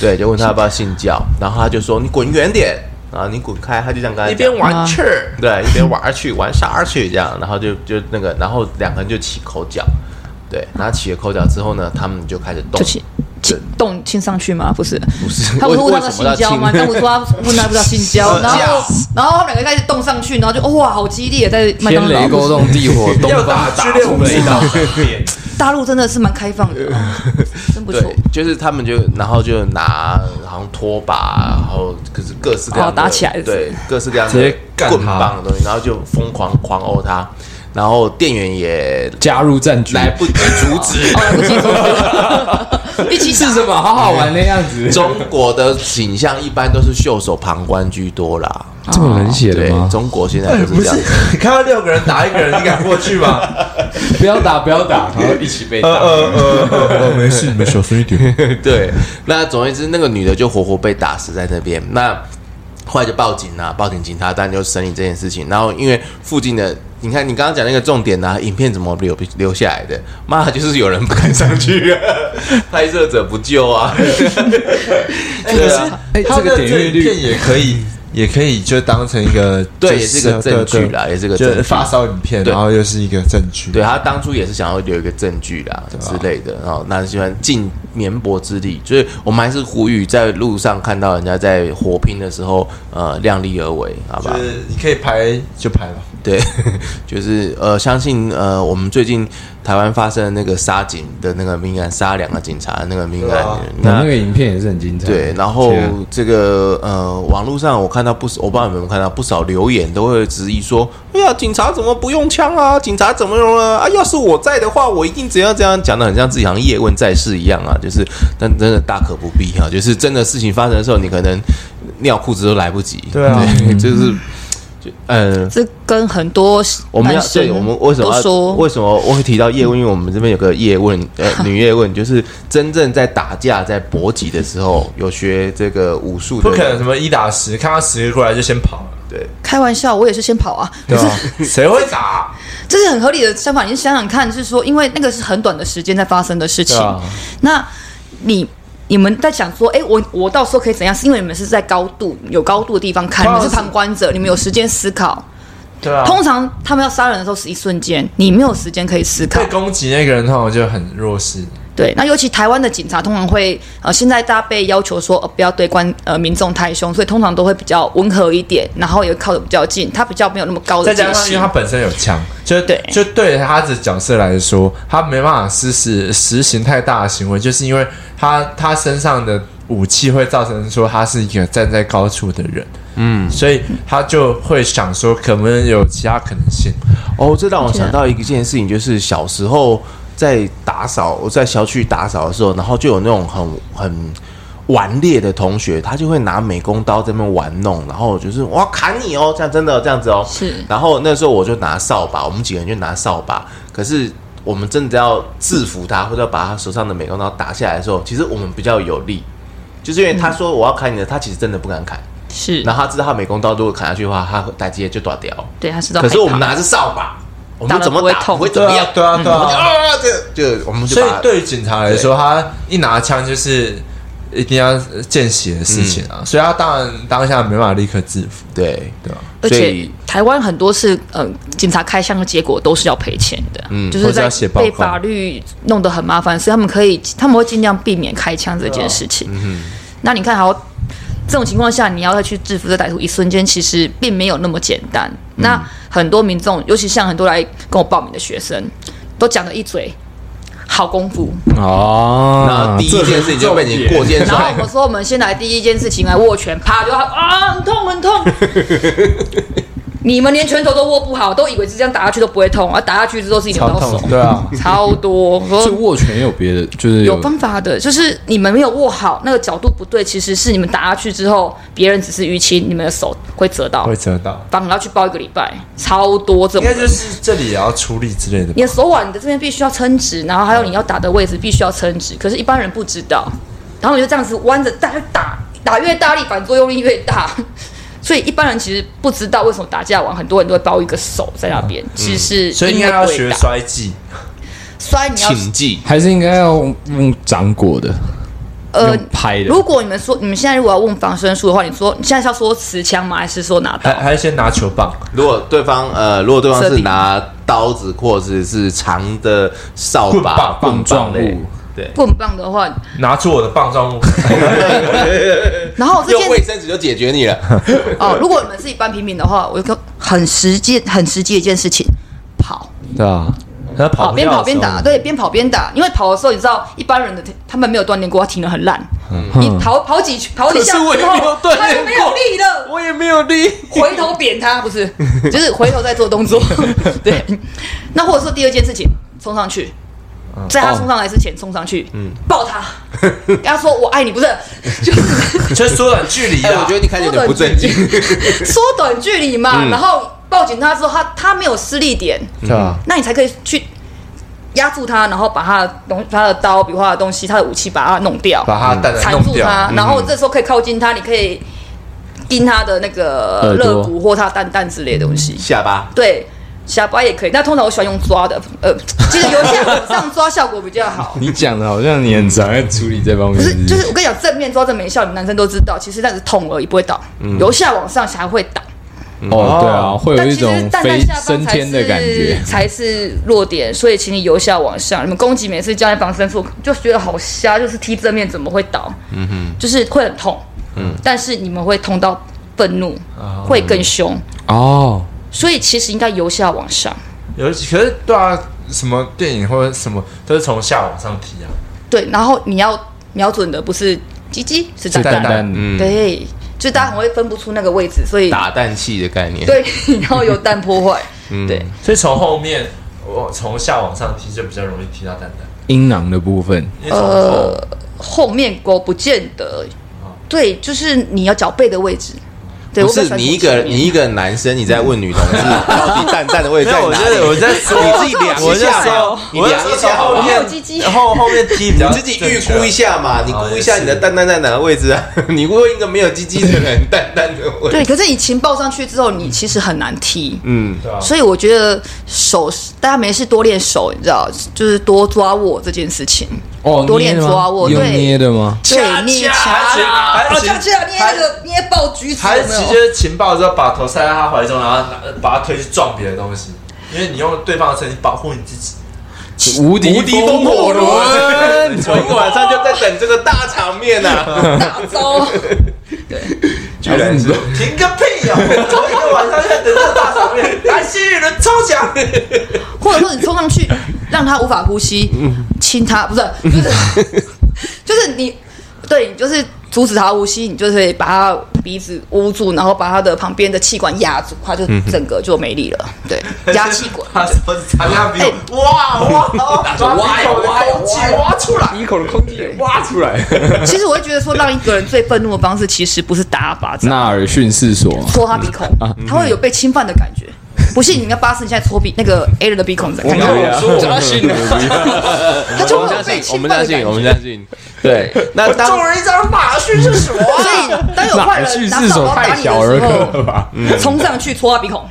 A: 对，就问她要不要信教，然后她就说你滚远点啊，你滚开，她就这样跟她
D: 一
A: 讲
D: 边。玩去，
A: 对，一边玩儿去玩啥儿去这样，然后就就那个，然后两个人就起口角，对，然后起了口角之后呢，他们就开始动
E: 就，亲亲动亲上去吗？不是，不
A: 是
E: 他不是问他
A: 为什
E: 性
A: 么要
E: 交吗？
A: 亲
E: 但我说他问他不知道性
A: [LAUGHS]
E: 交，然后然后他们两个开始动上去，然后就哦哇，好激烈，在麦
B: 天
E: 当
B: 雷勾
E: 劳。
B: 动地
A: [LAUGHS]
B: 火，东
D: 要
B: 方
D: 打
B: 打
D: 剧烈
B: 出
D: 武
B: 雷
D: 士
B: 道
D: 刀。 [LAUGHS]
E: 大陆真的是蛮开
A: [LAUGHS]
E: 放的，哦真不错
A: 对。，就是他们就然后就拿好像拖把，然后可是各式各样的、
E: 哦打起来是不是
A: 对，各式各样
D: 直
A: 的
D: 接干他
A: 棍棒的东西，然后就疯狂狂殴他。然后店员也
B: 加入战局
A: 来不及阻止。
E: 哦，来不及
A: [LAUGHS]
E: 说，一起
B: 是
E: 打
B: 什么？好好玩的样子，
A: 中国的景象一般都是袖手旁观居多啦，
B: 这么冷血
A: 对，中国现在都
D: 哎不
A: 是这样
D: 是。，你看到六个人打一个人，你敢过去 [LAUGHS] 吗？
B: 不要打，不要打，然后一起被
D: 呃
B: 打。
D: 呃呃呃，没事，你们小声一点。 [LAUGHS]
A: [LAUGHS] 对，那总而言之，那个女的就活活被打死在那边。那后来就报警啦、啊报警警察当然就审理这件事情。然后因为附近的，你看你刚刚讲那个重点啊，影片怎么留留下来的？妈，就是有人不敢上去、 [LAUGHS] 啊，拍摄者不救
D: [LAUGHS]
A: 啊。
D: 哎，可是
B: 哎
D: 他
B: 这个
D: 的
B: 点阅率
D: 影片也可以，也可以就当成一个，
A: 对
D: 就
A: 也是个证据啦
D: 对对
A: 也是个
D: 就
A: 证据
D: 发烧影片，
A: 对
D: 然后又是一个证据。
A: 对他当初也是想要留一个证据啦、
D: 啊
A: 之类的，然后那喜欢尽绵薄之力，所以我们还是呼吁在路上看到人家在火拼的时候，呃，量力而为，好吧
D: 就？是你可以拍就拍吧。
A: [LAUGHS] 对，就是呃，相信呃，我们最近台湾发生的那个杀警的那个命案，杀两个警察的那个命案，
D: 对啊
B: 那那个影片也是很精彩。
A: 对，然后
B: 天啊
A: 这个呃，网络上我看到不少，我不知道你们有没有看到不少留言都会质疑说，哎呀，警察怎么不用枪啊？警察怎么用啊？啊，要是我在的话，我一定怎样怎样，讲的很像自己好像叶问在世一样啊，就是但真的大可不必啊，就是真的事情发生的时候，你可能尿裤子都来不及，
D: 对啊
A: [LAUGHS] 对就是
B: 嗯
A: 就呃，
E: 这跟很多
A: 我们要
E: 男生
A: 对，我们为什么
E: 都
A: 要
E: 说
A: 为什么我会提到叶问？因为我们这边有个叶问，呃，女叶问，就是真正在打架、在搏击的时候，有学这个武术的
D: 不可能
A: 人，
D: 什么一打十，看到十个过来就先跑了，
A: 对，
E: 开玩笑，我也是先跑啊，
D: 对吧？谁会打？
E: 这是很合理的想法。你想想看，就是说，因为那个是很短的时间在发生的事情，
D: 对啊
E: 那你。你们在想说，哎、我我到时候可以怎样？是因为你们是在高度有高度的地方看，你
D: 当然
E: 们是
D: 是
E: 旁观者，你们有时间思考。
D: 对啊
E: 通常他们要杀人的时候是一瞬间，你没有时间可以思考
D: 被。攻击那个人，通常就很弱势。
E: 对，那尤其台湾的警察通常会，呃，现在大家被要求说，呃，不要对观呃民众太凶，所以通常都会比较温和一点，然后也靠得比较近，他比较没有那么高的
D: 再
E: 戒
D: 加上，因为
E: 心
D: 他。本身有枪，就
E: 对
D: 就对他的角色来说，他没办法实施实行太大的行为，就是因为他他身上的武器会造成说他是一个站在高处的人，嗯，所以他就会想说，可不能有其他可能性？
A: 哦，这让我想到一件事情，就是小时候在打扫，我在小区打扫的时候，然后就有那种很很顽劣的同学，他就会拿美工刀在那边玩弄，然后就是我要砍你哦，这样真的这样子哦。
E: 是
A: 然后那时候我就拿扫把，我们几个人就拿扫把，可是。我们真的要制服他，或者把他手上的美工刀打下来的时候，其实我们比较有力，就是因为他说我要砍你的，他其实真的不敢砍，
E: 是
A: 然后他知道他美工刀如果砍下去的话，他打直接就断掉。
E: 对，他是到
A: 可是我
E: 害
A: 们
E: 怕
A: 拿着扫把，我
E: 打
A: 们
E: 了
A: 怎么
E: 不会
A: 打
E: 痛
A: 不会怎么样？
D: 对啊，对啊，对啊
A: 啊，这就我们就
D: 所以
A: 把它
D: 对于警察来说，他一拿枪就是一定要见血的事情啊，所以他当然当下没办法立刻制服，
A: 对
D: 对吧？
E: 而
A: 所
E: 且
A: 以
E: 台湾很多是，嗯、警察开枪的结果都是要赔钱的，就
D: 嗯或
E: 是
D: 者
E: 在
D: 要写报
E: 被
D: 告
E: 法律弄得很麻烦，所以他们可以，他们会尽量避免开枪这件事情。
D: 哦嗯
E: 那你看，好，这种情况下，你要再去制服这歹徒，一瞬间其实并没有那么简单。
D: 嗯
E: 那很多民众，尤其像很多来跟我报名的学生，都讲了一嘴好功夫，
B: 哦，
D: 啊
A: 那呃第一件事情就被你过肩
E: 然后
A: 摔
E: 我，们说，我们先来第一件事情来握拳，啪就啊，很痛很
D: [LAUGHS]
E: 痛。你们连拳头都握不好，都以为是这样打下去都不会痛，啊而打下去之后自己扭
D: 超
E: 到手
D: 痛，，对啊。
E: 超多。我
B: 这
E: 说
B: 握拳也有别的，就是
E: 有方法的，就是你们没有握好，那个角度不对，其实是你们打下去之后，别人只是淤青，你们的手会折到
D: 会，折到，
E: 反而要去包一个礼拜，超多这
D: 应
E: 种
D: 该
E: 人。
D: 就是这里也要出力之类的吧
E: 你。的手腕你的这边必须要撑直，然后还有你要打的位置必须要撑直，可是一般人不知道，然后你就这样子弯着打，打打越大力，反作用力越大。 [LAUGHS] 所以一般人其实不知道为什么打架完，很多人都会包一个手在那边，其实是
D: 嗯所以应该
E: 因为
D: 要
E: 鬼
D: 学
E: 打
D: 摔技，
E: 摔，你要
A: 请记
B: 还是应该要用掌掴的，
E: 呃
B: 用拍的。
E: 如果你们说你们现在如果要问防身术的话，你说你现在是要说持枪吗？还是说拿
D: 还
E: 刀？
D: 还是先拿球棒，
A: 如果对方呃，如果对方
E: 设
A: 是
E: 定
A: 拿刀子或者是长的扫
D: 棍
A: 把
D: 棒、
A: 棍棒嗯
B: 状
A: 类
B: 物，
A: 对，
E: 棍棒的话，
D: 拿出我的棒状物， [LAUGHS]
E: 然后这
A: 用
E: 件
A: 卫生纸就解决你
E: [LAUGHS]
A: 了。
E: 哦，如果你们是一般平民的话，我就跟很实际、很实际的一件事情，跑。
B: 对啊，
D: 他跑
E: 跑
D: 不
E: 边
D: 掉
E: 跑
D: 的时
E: 边
D: 候
E: 打，，对，边跑边打，因为跑的时候你知道一般人的他们没有锻炼过，他体能很烂，你跑跑几圈跑几下之后，
A: 嗯可是我也没有锻炼过
E: 他就没有力了。
A: 我也没有力。
E: 回头扁他，不是，
A: [LAUGHS]
E: 就是回头再做动作。对，那或者说第二件事情，冲上去，在
A: 哦
E: 他冲上来之前冲上去，
A: 嗯 [LAUGHS]
E: 抱他，跟他说我爱你，不是，就是
C: 就缩短距离
A: 哎，我
C: 啊
A: 觉。得你看起来有点不正经。嗯
E: 缩短距离 [LAUGHS] 嘛。然后抱紧他之后，他他没有施力点，
D: 对啊，
E: 那你才可以去压住他，然后把他的东他的刀，比如他的东西，他的武器，把它弄掉，
D: 把他蛋
A: 嗯
D: 蛋
E: 缠
D: 弄
E: 住
D: 掉，
E: 他，然后这时候可以靠近他，你可以盯他的那个呃
B: 耳朵。
E: 肋骨或他蛋蛋之类的东西。
A: 下巴，
E: 对，下巴也可以，但通常我喜欢用抓的，呃， [LAUGHS] 其实有一些往上抓效果比较
A: 嗯
E: 好
B: 你讲的好像你很常在处理这方面的
E: 不是
B: 事情，，
E: 就是我跟你讲，正面抓正没效，你男生都知道，其实那只是痛而已，不会倒。
A: 嗯
E: 由下往上才会倒，
B: 哦，对啊，会有
E: 但
B: 一
E: 其实
B: 种
E: 蛋
B: 飞
E: 蛋下
B: 升
E: 方才
B: 天的感觉
E: 是。才是弱点，所以请你由下往上。你们攻击每次教练防身术，就觉得好瞎，就是踢正面怎么会倒？嗯哼，就是会很痛，嗯，但是你们会痛到愤怒，
B: 啊
E: 会更凶，
B: 哦，
E: 所以其实应该由下往上。
D: 尤其可是对啊，什么电影或者什么都是从下往上踢啊，
E: 对，然后你要瞄准的不是鸡鸡，是蛋
B: 是蛋
E: 蛋。
B: 蛋，嗯
E: 对，就大家很会分不出那个位置，所以
A: 打蛋器的概念。嗯
E: 对， [LAUGHS] 你要有蛋破坏。对，
D: 所以从后面我从下往上踢就比较容易踢到蛋蛋，
B: 阴囊的部分，
D: 因为从
E: 呃
D: 头
E: 后面勾不见得。
D: 啊
E: 对，就是你要脚背的位置。对，
A: 不
E: 我比较喜
A: 是
E: 欢
A: 你
E: 从
A: 一个
E: 前面
A: 你一个男生，你在问女同
E: [LAUGHS]
A: 志到底蛋蛋的位置
C: 没
A: 在
C: 有，我
A: 哪
C: 觉得我
A: 里？
C: 在缩，
A: 你自己量
C: 我
A: 一
C: 就
A: 下
C: 说
A: 嘛，，你
C: 我就
A: 量一
C: 说
A: 下嘛
C: 后
E: 我没有
C: 面
E: 鸡鸡
C: 后后面踢比较
A: 你自己预估一下嘛，你
D: 哦
A: 估一
D: 也
A: 下
D: 是
A: 你的蛋蛋在哪个位置啊？ [LAUGHS] 你问一个没有鸡鸡的人蛋蛋的位置，
E: 对，可是你情报上去之后，你其实很难踢。
A: 嗯，
D: 对啊，
E: 所以我觉得手，大家没事多练手，你知道，就是多抓握这件事情。
B: 哦，
E: 多练
B: 捏的吗
E: 抓握
B: 用
E: 对
B: 捏的吗？
E: 对，捏掐啦，
D: 还
E: 哦，
D: 是
E: 掐掐捏那个捏爆橘子
D: 还
E: 有
D: 是
E: 没
D: 直
E: 有？
D: 接情报之后把头塞在他怀中，然后拿把他推去撞别的东西，因为你用对方的身体保护你自己。
B: 无敌哦
A: 无敌风火 [LAUGHS] 轮，
D: 没
A: 我
D: 错
A: 一个晚上就在等这个大场面啊！
E: 大招。
A: 居然是
D: 停个屁呀、我一个晚上在等这大场面，来新女人抽奖。。
E: 或者说你冲
A: [LAUGHS]
E: 上去，让他无法呼吸，亲他不是，就是
A: [LAUGHS]
E: 就是你对，你就是阻止他呼吸，你就是把他鼻子捂住，然后把他的旁边的气管压住，他就
A: 嗯
E: 整个就没力了。
A: [LAUGHS]
E: 对，压气管
D: 他是不是他那比哇哇哇，把鼻孔的空气挖出来，
B: 一口的空气挖出来。
E: 其实我会觉得说，让一个人最愤怒的方式，其实不是打他巴
A: [LAUGHS] 嗯
E: 掌，
B: 纳尔逊事所，
E: 戳他鼻孔，
A: 啊
E: 他会有被侵犯的感觉。不信你应该巴士，你现在戳鼻那个 A 人的鼻孔，看看
B: [LAUGHS] 扎心了。
E: 他就会有被侵犯的感觉。
A: 相信。对，那当
D: 中了一张马逊是什么？
E: 所以当有坏人拿扫把打你的时候，冲上去戳他鼻孔，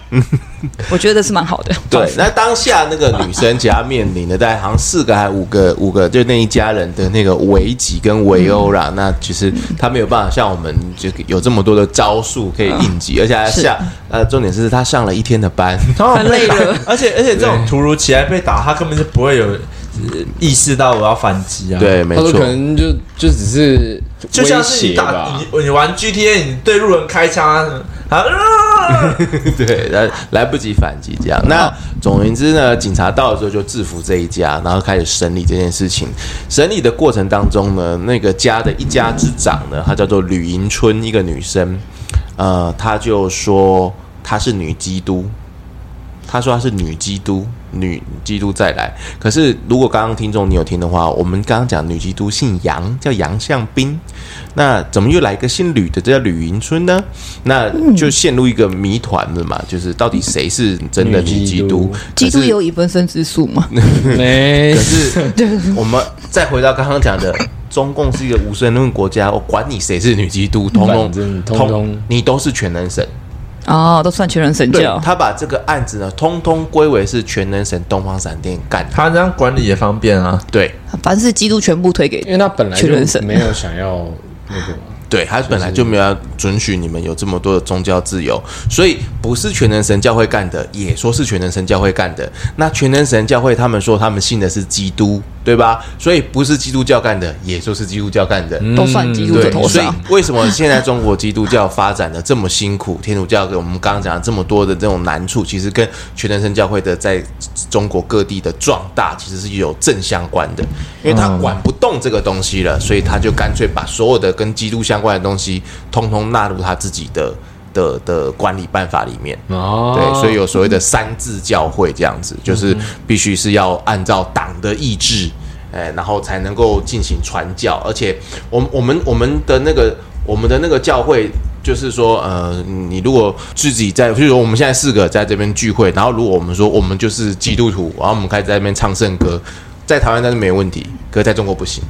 E: 我觉得是蛮好的。
A: 对，那当下那个女生其实她面临的大概好像四个还是五个，五个就那一家人的那个围击跟围殴
E: 嗯
A: 啦。那其实她没有办法像我们就有这么多的招数可以应
E: 嗯
A: 急，而且她下呃重点是她上了一天的班，
D: 太
E: 累了，
D: 而且而且这种突如其来被打，他根本就不会有呃意识到我要反击啊。，
A: 对，没
B: 他说
A: 错
B: 可。能就就只是
D: 就像是
B: 威
D: 你
B: 胁
A: [LAUGHS]
D: 打
B: 吧，
D: 你你玩 GTA，你对路人开枪啊什么啊，
A: [LAUGHS] 对，来来不及反击这样。那总而言之呢，警察到了之后就制服这一家，然后开始审理这件事情。审理的过程当中呢，那个家的一家之长呢，她叫做吕迎春，一个女生，呃，她就说她是女基督，她说她是女基督，女基督再来。可是如果刚刚听众你有听的话，我们刚刚讲女基督姓杨，叫杨向斌，那怎么又来一个姓吕的，这叫吕迎春呢？那就陷入一个谜团了嘛，就是到底谁是真的女
B: 女
A: 基
B: 基
A: 督可
B: 督？
A: 是
E: 以分身之术嘛？
B: 没
A: 可是我们再回到刚刚讲的，中共是一个无神论国家，我管你谁是女基督，通
B: 反
A: 通
B: 正通通
A: 你都是全能神。
E: 哦，都算全人神
A: 对，他把这个案子呢，通通归为是全能神东方闪电干的。
D: 他这样管理也方便啊。
A: 对，
E: 凡是基督全部推给
A: 嗯
B: 因为他本来
E: 去人神
B: 就没有想要那个嘛，
A: 对他本来就没有要准许你们有这么多的宗教自由，所以不是全能神教会干的，也说是全能神教会干的。那全能神教会他们说他们信的是基督，对吧？所以不是基督教干的，也说是基督教干的。
E: 都算基督的头
A: 所以
E: 上。
A: 为什么现在中国基督教发展的这么辛苦？天主教给我们刚刚讲的这么多的这种难处，其实跟全能神教会的在中国各地的壮大其实是有正相关的，因为他
E: 嗯
A: 管不动这个东西了，所以他就干脆把所有的跟基督相关的东西，通通纳入他自己的。的的管理办法里面，
B: 哦
A: 对，所以有所谓的三字教会这样子，
B: 嗯
A: 就是必须是要按照党的意志，哎，然后才能够进行传教。而且我们，我们我们的那个我们的那个教会，就是说，呃，你如果自己在，譬如说我们现在四个在这边聚会，然后如果我们说我们就是基督徒，然后我们开始在那边唱圣歌，在台湾那是没问题，可是在中国不行，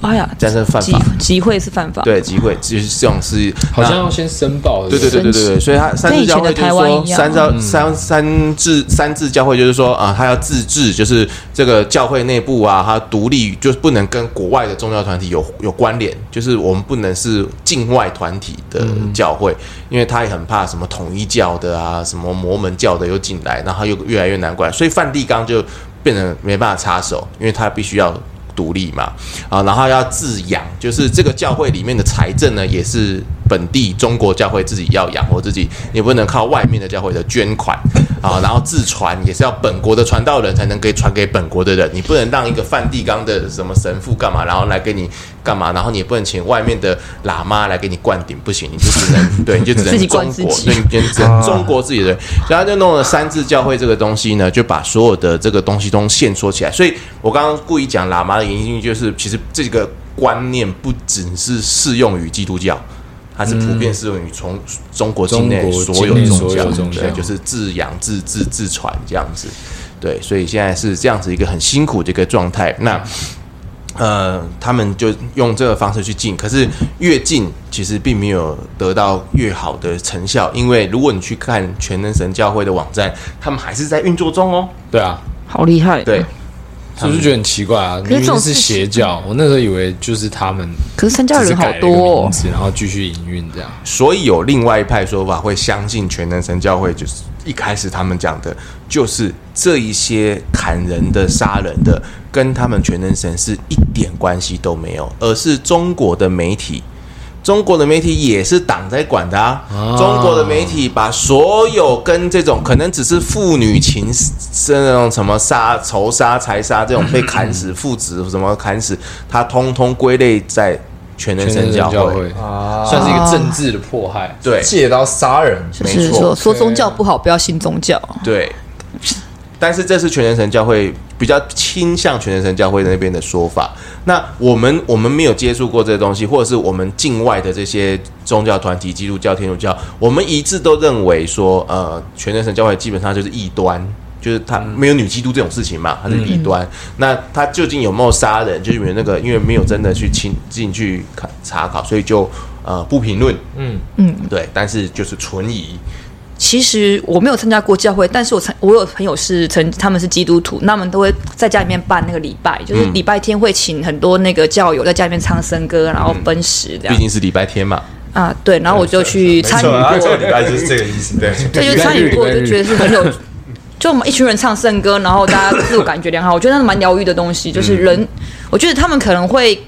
E: 哎呀，
A: 这样是犯
E: 集
A: 法。
E: 集会是犯法。，
A: 对，集会就是这种是
B: 好
A: 那
B: 像要先申报，
A: 嗯对对对对对对，所以他三
E: 跟
A: 字
E: 以前
A: 教会
E: 的
A: 就是
E: 台湾
A: 说
E: 一样
A: 三教三三字三字教会就是说啊，他要自治，就是这个教会内部啊，他独立，就是不能跟国外的宗教团体有有关联，就是我们不能是境外团体的教会，因为他也很怕什么统一教的啊，什么摩门教的又进来，然后又越来越难管，所以梵蒂冈就变成没办法插手，因为他必须要。独立嘛，啊，然后要自养，就是这个教会里面的财政呢，也是本地中国教会自己要养活自己，也不能靠外面的教会的捐款啊。然后自传也是要本国的传道人才能给传给本国的人，你不能让一个梵蒂冈的什么神父干嘛，然后来给你干嘛，然后你也不能请外面的喇嘛来给你灌顶，不行，你就只能对，你就只
E: 自
A: 能
E: 己灌
A: 中
E: 自
A: 国，
E: 己
A: 对，你只
B: 啊
A: 能中国自己的人，然后就弄了三字教会这个东西呢，就把所有的这个东西都限缩起来。所以我刚刚故意讲喇嘛的原因，就是其实这个观念不只是适用于基督教，它是普遍适用于从中国境内
B: 嗯中国
A: 所有
B: 境内
A: 宗
B: 所
A: 教
B: 有，宗教
A: 对，就是自养、自治、自传这样子。对，所以现在是这样子一个很辛苦的一个状态。那呃，他们就用这个方式去进，可是越进其实并没有得到越好的成效，因为如果你去看全能神教会的网站，他们还是在运作中哦。
B: 对啊，
E: 好厉害。
A: 对，，
B: 所以我就觉得很奇怪啊，
E: 是
B: 明
E: 这种
B: 明是
E: 事情
B: 邪教，我那时候以为就是他们
E: 可是参加
B: 只
E: 的
B: 是
E: 人好
B: 改了一个
E: 多
B: 名
E: 哦。
B: 字，然后继续营运这样。
A: 所以有另外一派说法会相信全能神教会，就是一开始他们讲的，就是这一些砍人的、杀人的，跟他们全能神是一点关系都没有，而是中国的媒体。中国的媒体也是党在管的啊！中国的媒体把所有跟这种可能只是妇女情是那种什么杀、仇杀、财杀这种被砍死、父子什么砍死，他通通归类在全能神
B: 神
A: 教
B: 教
A: 会。
D: 啊，
B: 算是一个政治的迫害，
A: 对，
D: 借刀杀人，
E: 就是
A: 没错
E: 说说宗教不好，不要信宗教。
A: 对，但是这是全人神教会比较倾向全人神教会那边的说法。那我们我们没有接触过这个东西，或者是我们境外的这些宗教团体，基督教、天主教，我们一致都认为说，呃，全人神教会基本上就是异端。就是他没有女基督这种事情嘛，他是异端。那他究竟有没有杀人？就是有那个，因为没有真的去亲进去看查考，所以就呃不评论。嗯嗯，对。但是就是存疑，
E: 其实我没有参加过教会，但是我参我有朋友是曾他们是基督徒，那他们都会在家里面办那个礼拜，就是
D: 嗯
E: 礼拜天会请很多那个教友在家里面唱圣歌，然后分食这
A: 毕
E: 样、
A: 竟是礼拜天嘛。
E: 啊。对，然后我就去参与
D: 错啊，这
E: 过，
D: 个礼拜就是这个意思，对，
E: 对，就参与过，就觉得是很有。 [LAUGHS] 就我们一群人唱圣歌，然后大家自我感觉良好，我觉得那蛮疗愈的东西。就是人，
D: [LAUGHS]
E: 我觉得他们可能会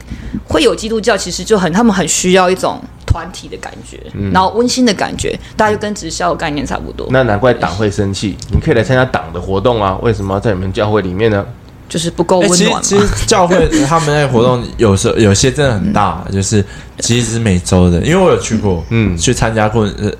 E: 会有基督教，其实就很他们很需要一种团体的感觉，
D: 嗯
E: 然后温馨的感觉，大家就跟直销的概念差不多。
A: 那难怪党会生气。你可以来参加党的活动啊，为什么要在你们教会里面呢？
E: 就是不够
D: 哎、
E: 温
D: 其实
E: 暖
D: 其
E: 嘛。
D: 实教会他们那个活动有时候 [LAUGHS] 有些真的很大，就是其实是每周的，因为我有去过，嗯，去参加过呃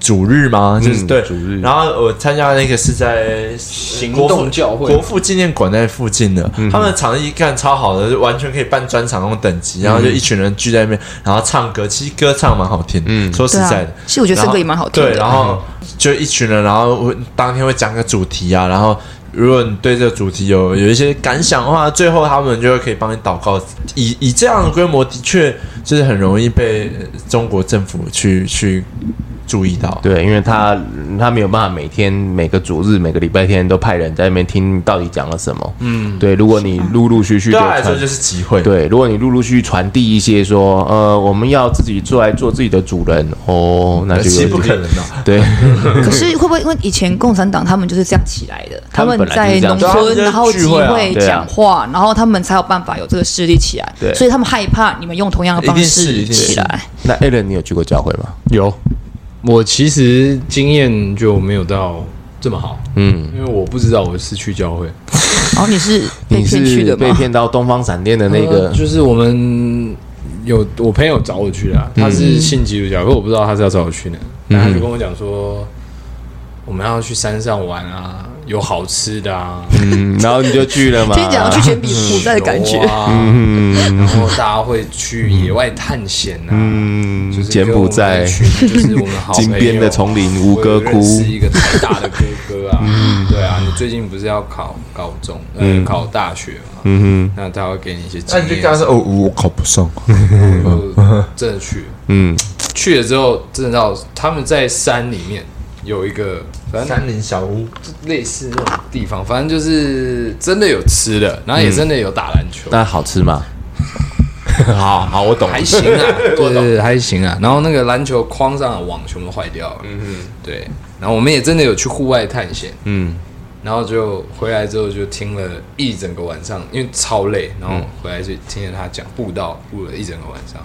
D: 主日嘛，就是、
A: 嗯
D: 对
A: 主日
D: 然后我参加那个是在行
B: 动教会
D: 国父纪念馆那附近的，
A: 嗯
D: 他们的场地干超好的，就完全可以办专场那种等
A: 嗯
D: 级，然后就一群人聚在那边，然后唱歌，其实歌唱蛮好听，嗯，说实在
E: 对
D: 的
E: 啊，其实我觉得
D: 然后
E: 这个也蛮好听的
D: 对，然后
A: 嗯
D: 就一群人，然后会当天会讲个主题啊，然后如果你对这个主题有有一些感想的话，最后他们就会可以帮你祷告。以以这样的规模，的确就是很容易被呃中国政府去去注意到。
A: 对，因为他他没有办法每天每个主日每个礼拜天都派人在那边听到底讲了什么。嗯，对，如果你
E: 啊
A: 陆陆续续
D: 对
A: 的
D: 他来说
A: 传，
D: 就是机会。
A: 对，如果你陆陆续续传递一些说，呃，我们要自己出来做自己的主人哦，那就
D: 其实
A: 有
D: 不
A: 点
D: 可能的、
A: 对，
E: [LAUGHS] 可是会不会因为以前共产党他们就是这样起来的？
A: 嗯他
E: 他
A: 们
E: 们
A: 本来
E: 在
A: 就是这样
E: 农村，
D: 对啊
E: 然后集
D: 他们
E: 会
A: 就是聚会啊对啊
E: 讲话，然后他们才有办法有这个势力起来
A: 对。
E: 所以他们害怕你们用同样的方
D: 一定是一
E: 式
D: 定是
E: 起来。
A: 那 a l a n 你有去过教会吗？
B: 有，我其实经验就没有到这么好，
A: 嗯，
B: 因为我不知道我是去教会
E: 然后哦你是被
A: 你
E: 骗去
A: 是
E: 的
A: 被
E: 吗？哦
A: 骗到东方闪电的那
B: 呃
A: 个，
B: 就是我们有我朋友找我去的啊，他
A: 嗯
B: 是信基督教，可我不知道他是要找我去呢，但他就跟我讲说，我们要去山上玩啊，有好吃的啊，
A: 嗯，然后你就去了嘛。
E: 听讲去柬埔寨的感觉
B: 有，啊，
A: 嗯
B: 然后大家会去野外探险啊，就
A: 嗯，
B: 是
A: 柬埔寨
B: 跟我们一。群就是我们好朋友
A: [LAUGHS] 金边的丛林吴哥窟
B: 我有认识一个台大的哥哥啊，
A: 嗯
B: 对啊，你最近不是要考高中，嗯，考大学嘛，
A: 嗯
B: 那他会给你一些经
D: 那你就
B: 验
D: 跟，他说：“哦，我考不 [LAUGHS] 上。
B: 我就真的去了，
A: 嗯，
B: 去了之后真的到他们在山里面有一个，”反正
D: 山林小屋，
B: 类似那种地方，反正就是真的有吃的，然后也真的有打篮球，
A: 那好吃吗？ [LAUGHS] 好好，我懂了。
B: 还行
A: [LAUGHS]
B: 啊，对对对，还行啊。然后那个篮球框上的网全部坏掉了，嗯嗯，对。然后我们也真的有去户外探险，
A: 嗯，
B: 然后就回来之后就听了一整个晚上，因为超累，然
A: 嗯
B: 后回来就听着他讲步道，步了一整个晚上，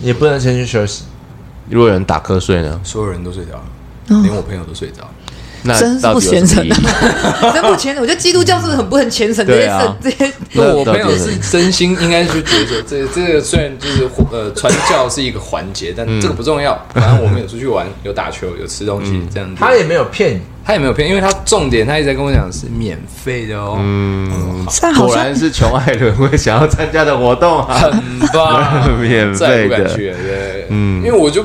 D: 也不能先去休息。
A: 如果有人打瞌睡呢？
B: 所有人都睡着了，
E: 哦
B: 连我朋友都睡着了。
A: 那
E: 真是
A: 到
E: 不
A: 底有
E: 虔
A: 什么
E: 诚
A: 意义？ [LAUGHS]
E: 啊！真不虔诚。我觉得基督教是很不很虔诚这
A: 对
E: 些
A: 啊
E: 事，这些
A: 那
B: [LAUGHS] 那我朋友
A: 到底
B: 是真心，应该就觉得说，这这个虽然就是呃传教是一个环节，但这个不重要。反正我们有出去玩，有打球，有吃东西，这样子。
D: 他也没有骗
A: 哦
D: 你，
B: 他也没有骗，因为他重点他一直在跟我讲是免费的哦，嗯，
E: 虽然好
A: 果
E: 像
A: 然是穷艾伦会想要参加的活动啊！
B: 很棒，
A: 免费的
B: 再也不敢去了，对，嗯，因为我就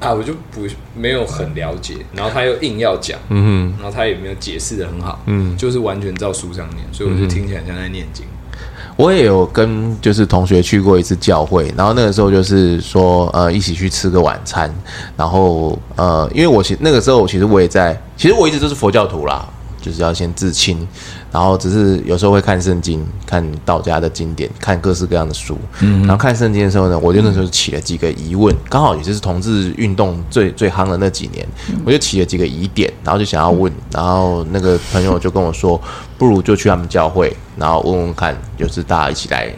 B: 啊，我就不没有很了解，然后他又硬要讲，嗯，然后他也没有解释的很好，嗯，就是完全照书上念，所以我就听起来像在念经，
A: [LAUGHS] 我也有跟就是同学去过一次教会，然后那个时候就是说呃一起去吃个晚餐，然后呃因为我其那个时候我其实我也在，其实我一直都是佛教徒啦，就是要先自清，然后只是有时候会看圣经，看道家的经典，看各式各样的书，
B: 嗯
A: 然后看圣经的时候呢，我就那时候起了几个疑问，刚好也就是同志运动最最夯的那几年，我就起了几个疑点，然后就想要问，然后那个朋友就跟我说，不如就去他们教会，然后问问看，就是大家一起来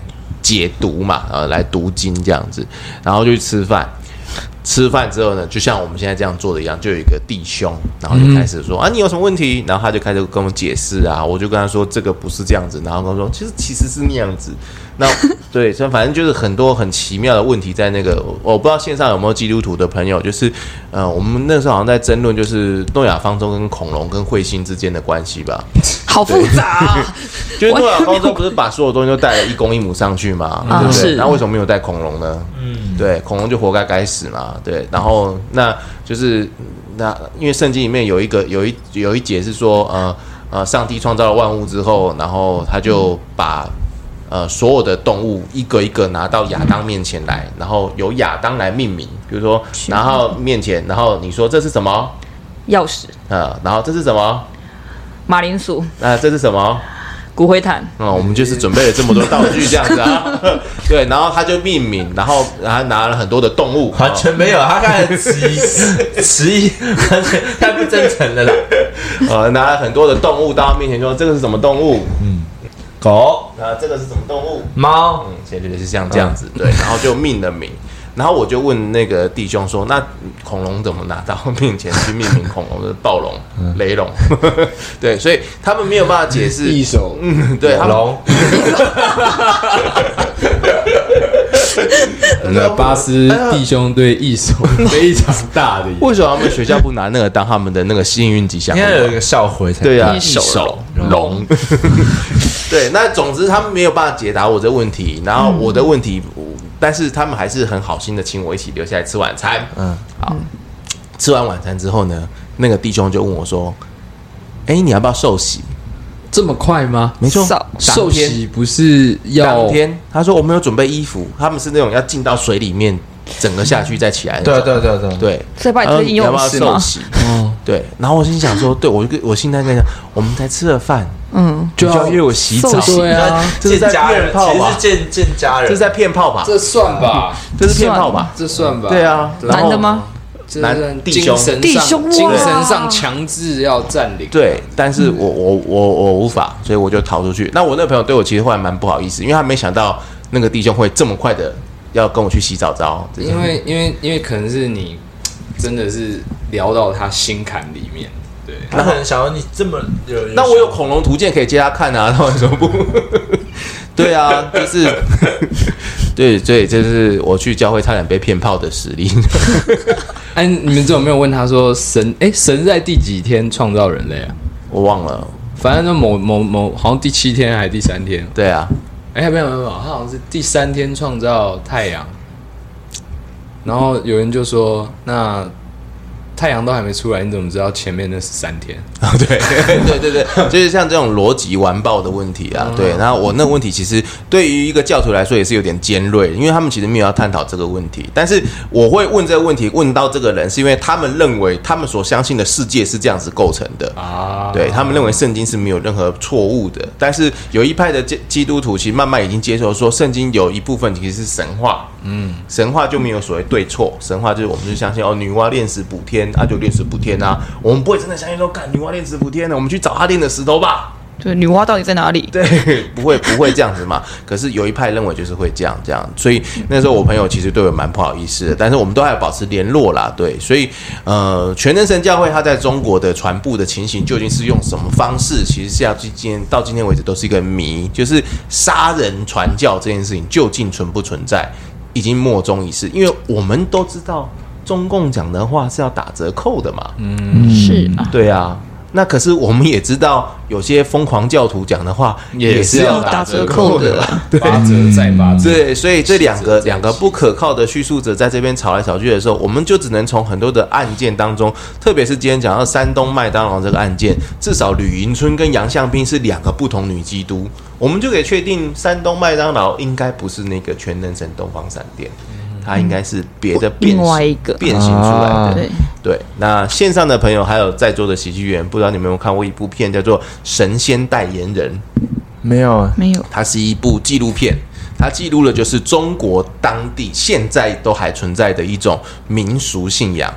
A: 解读嘛，呃，来读经这样子，然后就去吃饭。吃饭之后呢，就像我们现在这样做的一样，就有一个弟兄，然后就开始说、啊，你有什么问题？然后他就开始跟我解释啊，我就跟他说这个不是这样子，然后跟我说其实其实是那样子。那对，所以反正就是很多很奇妙的问题在那个，我不知道线上有没有基督徒的朋友，就是呃，我们那时候好像在争论就是诺亚方舟跟恐龙跟彗星之间的关系吧。
E: 好复杂啊。
A: 就是诺亚方舟不是把所有东西都带了一公一母上去嘛，
E: 啊
A: 对不对？
E: 是
A: 那为什么没有带恐龙呢？嗯，对，恐龙就活该该死嘛，对。然后那就是那因为圣经里面有一个有一有一节是说，呃呃，上帝创造了万物之后，然后他就把。呃，所有的动物一个一个拿到亚当面前来，然后由亚当来命名，比如说
E: 是
A: 拿到面前，然后你说这是什么？
E: 钥匙、
A: 呃，然后这是什么？
E: 马铃薯、
A: 那、这是什么？
E: 骨灰坛，
A: 啊、我们就是准备了这么多道具这样子啊， [LAUGHS] 对，然后他就命名，然后他拿了很多的动 [LAUGHS] 物，
D: 完全没有。他刚才迟疑， [LAUGHS] 迟疑，完全太不真诚了啦。
A: 呃，拿了很多的动物到他面前说这个是什么动物，
D: 狗、
A: 那啊这个是什么动物，
D: 猫，
A: 嗯，现在就是像这样子，对，然后就命了名，然后我就问那个弟兄说，那恐龙怎么拿到面前去命名恐龙的暴 [LAUGHS] 龙、雷龙？对，所以他们没有办法解 [LAUGHS] 释，
B: 手
A: 嗯，对，他们
D: 龙，
B: 我
A: 啊
B: 们的
A: [LAUGHS]
B: 啊巴斯
A: 哎
B: 弟兄对一手非常大的
A: 为什么他们学校不拿那个当他们的那个幸运吉祥
D: 应
A: 物啊？
D: 该有一个校徽才
A: 对
D: 呀、
A: 啊，
E: 一手
A: 龙。 [LAUGHS] 对，那总之他们没有办法解答我的问题，然后我的问题，我但是他们还是很好心的请我一起留下来吃晚餐。
D: 嗯，
A: 吃完晚餐之后呢，那个弟兄就问我说：“哎、你要不要受洗
B: 这么快吗？？”
A: 没错，
E: 受
A: 当
B: 受
A: 天
B: 洗不是要哦
A: 当天，他说我们有准备衣服，他们是那种要浸到水里面整个下去再起来那
D: 对啊
A: 种。
D: 对对对对，
A: 对，
E: 所以把你推进游泳池
A: 然后要不要
E: 嘛
A: 受，洗？ [LAUGHS] 对，然后我心想说，对我就跟我心态跟你讲，我们才吃了饭，
E: 嗯，
A: 就要约我洗澡
E: 受，洗
B: 对啊，
A: 这是
D: 见
A: 在
D: 家
A: 骗
D: 人，
A: 炮
D: 其实
A: 吧
D: 是？见见家
A: 这
D: 人
A: 是。在骗炮吧？
B: 这算吧，
A: 这是骗炮吧？
B: 这算吧，
A: 对，啊，然后
E: 男的？吗？
B: 这
A: 男
B: 算
A: 弟
B: 精
A: 兄
B: 神
E: 弟
B: 上
E: 兄哇
B: 精神上强制要占领，
A: 对，但是我我我我无法，所以我就逃出去。那我那个朋友对我其实后来蛮不好意思，因为他没想到那个弟兄会这么快的要跟我去洗澡澡，这
B: 因
A: 种
B: 为因为因为可能是你真的是聊到他心坎里面，对，
D: 他可能想要你这么有，
A: 那我有恐龙图鉴可以借他看啊， [LAUGHS] 他为什么不？对啊，就是，对对，这是我去教会差点被骗炮的实力。 [LAUGHS]
B: 哎，你们有没有问他说神？哎，神在第几天创造人类啊？
A: 我忘了，
B: 反正就某某某，好像第七天还是第三天？
A: 对啊，
B: 哎，没有没有没有，他好像是第三天创造太阳。然后有人就说：“那太阳都还没出来，你怎么知道前面那是三天
A: 对 [LAUGHS] 对对对，就是像这种逻辑完爆的问题啊，对。然后我那个问题其实对于一个教徒来说也是有点尖锐，因为他们其实没有要探讨这个问题。但是我会问这个问题，问到这个人，是因为他们认为他们所相信的世界是这样子构成的
B: 啊？”
A: 对他们认为圣经是没有任何错误的，但是有一派的基基督徒其实慢慢已经接受说，圣经有一部分其实是神话，嗯，神话就没有所谓对错，神话就是我们就相信哦，女娲炼石补天，啊就炼石补天啊，我们不会真的相信说，干女娲炼石补天的，我们去找她炼的石头吧，
E: 对，女娲到底在哪里？
A: 对， [LAUGHS] 不会不会这样子嘛。可是有一派认为就是会这样这样，所以那时候我朋友其实对我蛮不好意思的，但是我们都还有保持联络啦。对，所以呃，全能神教会它在中国的传播的情形究竟是用什么方式，其实是要今天到今天为止都是一个谜，就是杀人传教这件事情究竟存不存在，已经莫衷一是，因为我们都知道中共讲的话是要打折扣的嘛。
E: 是啊，
A: 对啊，那可是我们也知道，有些疯狂教徒讲的话
B: 也是
A: 是
B: 要
A: 打
B: 打折
E: 扣
A: 的
E: 的
B: [LAUGHS]
A: 啦。
B: 八折再
D: [LAUGHS]
B: 八折，
A: 对，所以这两个
B: 嗯是是
A: 两个不可靠的叙述者在这边吵来吵去的时候，我们就只能从很多的案件当中，特别是今天讲到山东麦当劳这个案件，至少吕迎春跟杨向斌是两个不同女基
B: 嗯
A: 督，我们就可以确定山东麦当劳应该不是那个全能神东方闪电，它应该是别的变
E: 另
A: 形
E: 外一个
A: 变形出来的。
D: 啊
E: 对，
A: 对，那线上的朋友还有在座的喜剧演员，不知道你们有没有看过一部片叫做《神仙代言人》，
D: 没有啊？
E: 没有，
A: 它是一部纪录片，它记录了就是中国当地现在都还存在的一种民俗信仰。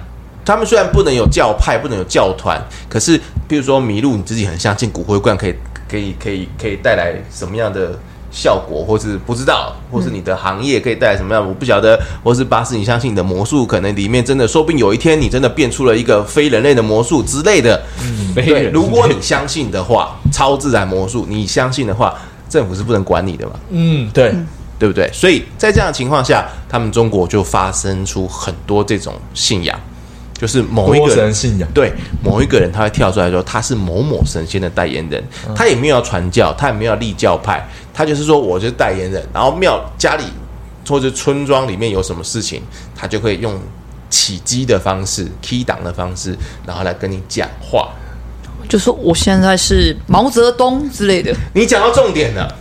A: 他们虽然不能有教派，不能有教团，可是比如说麋鹿，你自己很相信骨灰罐可以可以可以可以带来什么样的效果，或是不知道，或是你的行业可以带来什么样，我不晓得，或是巴士，你相信你的魔术，可能里面真的，说不定有一天你真的变出了一个非人类的魔术之类的。
B: 非
A: 对，
B: 人
A: 如果你相信的
D: [LAUGHS]
A: 话，超自然魔术，你相信的话，政府是不能管你的嘛，
D: 嗯，对，
A: 对不对？所以在这样的情况下，他们中国就发生出很多这种信仰，就是某一
D: 多
A: 个人
D: 神信仰。
A: 对某一个人，他会跳出来说他是某某神仙的代言人，
D: 嗯
A: 他也没有要传教，他也没有要立教派，他就是说我就是代言人，然后庙家里或者村庄里面有什么事情，他就会用起机的方式、key 档的方式，然后来跟你讲话。
E: 就说我现在是毛泽东之类的，
A: 你讲到重点了，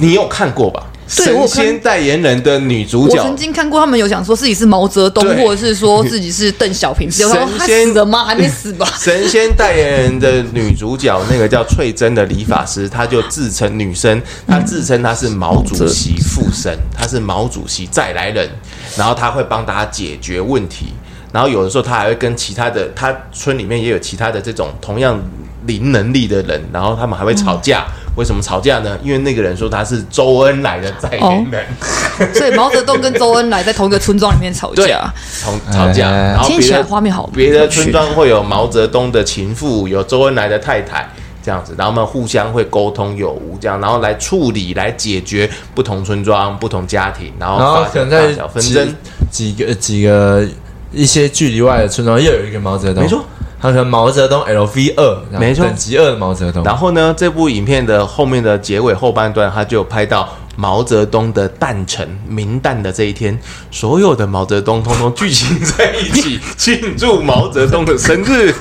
A: 你有看过吧？
E: 对我
A: 神
E: 有看
A: 仙代言人的女主
E: 我
A: 角，
E: 曾经看过他们有讲说自己是毛泽东，
A: 对
E: 或者是说自己是邓小平之
A: [LAUGHS]
E: 类的，我想说他
A: 神仙？
E: 死了吗？还没死吧
A: [LAUGHS] [LAUGHS] 神仙代言人的女主角，那个叫翠珍的理发师，她就自称女生，她自称她是毛主席附身，她是毛主席再来人，然后她会帮大家解决问题，然后有的时候她还会跟其他的，她村里面也有其他的这种同样零能力的人，然后他们还会吵架。为什么吵架呢？因为那个人说他是周恩来的代言人，
E: 所以毛泽东跟周恩来在同一个村庄里面吵
A: 对啊
E: 架，
A: 吵吵架，
D: 哎
A: 然后
E: 听
A: 别
E: 起来
A: 的
E: 画面好
A: 别的村庄会有毛泽东的情妇，有周恩来的太太这样子，然后他们互相会沟通有无这样，然后来处理来解决不同村庄、不同家庭，然后
D: 然后
A: 发
D: 可
A: 生
D: 能
A: 大
D: 在
A: 小纷
D: 几
A: 争。
D: 几个几个一些距离外的村庄，又有一个毛泽东，
A: 没错，
D: 他可能毛泽东 LV 二，然后
A: 没错
D: 等级二的毛泽东，
A: 然后呢，这部影片的后面的结尾后半段，他就拍到毛泽东的诞辰明诞的这一天，所有的毛泽东通通聚集在一起庆祝毛泽东的生日。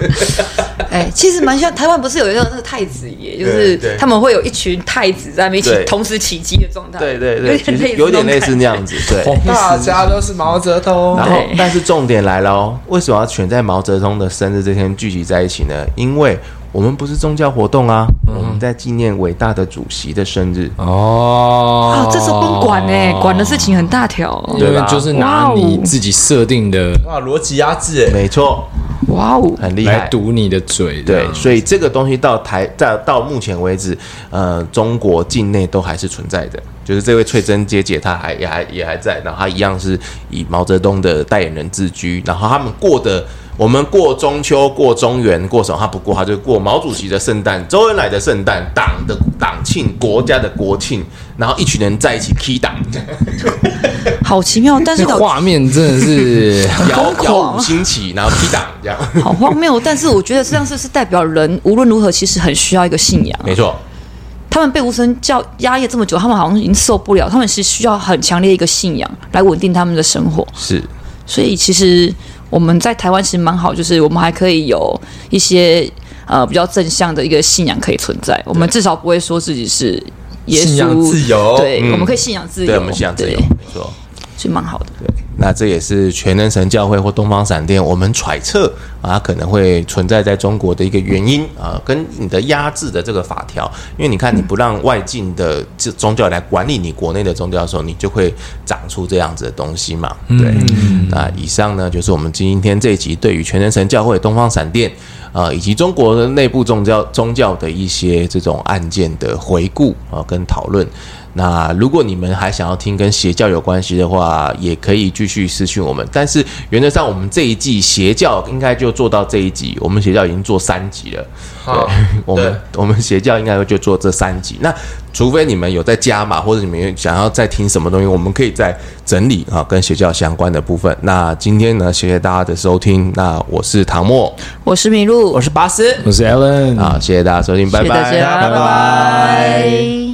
E: 哎，其实蛮像台湾不是有一个那个太子爷，就是
A: 对对
E: 他们会有一群太子在那边一起
A: 对
E: 同时起鸡的状
A: [LAUGHS]
E: 态，
A: 对对对，其实
E: 有
A: 有点类似那样子。对，
D: 哎大家都是毛泽
B: 哦
D: 东
A: 然后
E: 对，
A: 但是重点来了哦，为什么要选在毛泽东的生日这天聚集在一起呢？因为我们不是宗教活动啊，我们在纪念伟大的主席的生日。
B: 哦
E: 啊，这时候不管哎，
A: 哦
E: 管的事情很大条哦，
B: 因
A: 对
B: 为
A: 吧
B: 就是拿你自己设定的
D: 哇，逻辑压制哎，
A: 没错，
E: 哇哦，
A: 很厉
B: 来
A: 害。
B: 堵你的嘴，
A: 对，所
B: 以
A: 以这个东西到台到到目前为止，呃，中国境内都还是存在的。就是这位翠珍姐姐，她还也还也还在，然后她一样是以毛泽东的代言人自居，然后他们过的。我们过中秋、过中原、过什么？他不过，他就过毛主席的圣诞、周恩来的圣诞、党的党庆、国家的国庆，然后一群人在一起 K 党，
E: 好奇妙，
A: [LAUGHS]
E: 但是
B: 这
E: 好
B: 画面真的是
A: 摇
E: 疯
A: 摇
E: 狂
A: 五星旗，然后 K 党这样。
E: 好荒谬，但是我觉得这样是不是代表人无论如何其实很需要一个信仰？啊
A: 没错，
E: 他们被无神教压抑这么久，他们好像已经受不了，他们是需要很强烈一个信仰来稳定他们的生活。
A: 是
E: 所以其实我们在台湾其实蛮好，就是我们还可以有一些呃比较正向的一个信仰可以存在，我们至少不会说自己是耶稣
D: 信仰自由
E: 对，
A: 嗯
E: 我们可以信仰自由，
A: 对我们信仰自由，
E: 对
A: 没错。
E: 是蛮好的。
A: 那这也是全能神教会或东方闪电，我们揣测啊，可能会存在在中国的一个原因啊，跟你的压制的这个法条，因为你看你不让外境的这宗教来管理你国内的宗教的时候，你就会长出这样子的东西嘛。对，那以上呢就是我们今天这一集对于全能神教会、东方闪电啊，以及中国的内部宗教宗教的一些这种案件的回顾啊跟讨论。那如果你们还想要听跟邪教有关系的话，也可以继续私讯我们。但是原则上，我们这一季邪教应该就做到这一集，我们邪教已经做三集了。
D: 好
A: 对，我
D: 对
A: 们我们邪教应该就做这三集。那除非你们有在加码，或者你们有想要再听什么东西，我们可以再整理啊，跟邪教相关的部分。那今天呢，谢谢大家的收听。那我是唐默
E: 我是麋鹿，
C: 我是巴斯。
B: 我是 Alan
A: 啊，谢谢大家收听，拜
E: 谢谢
A: 拜，
E: 大家，拜拜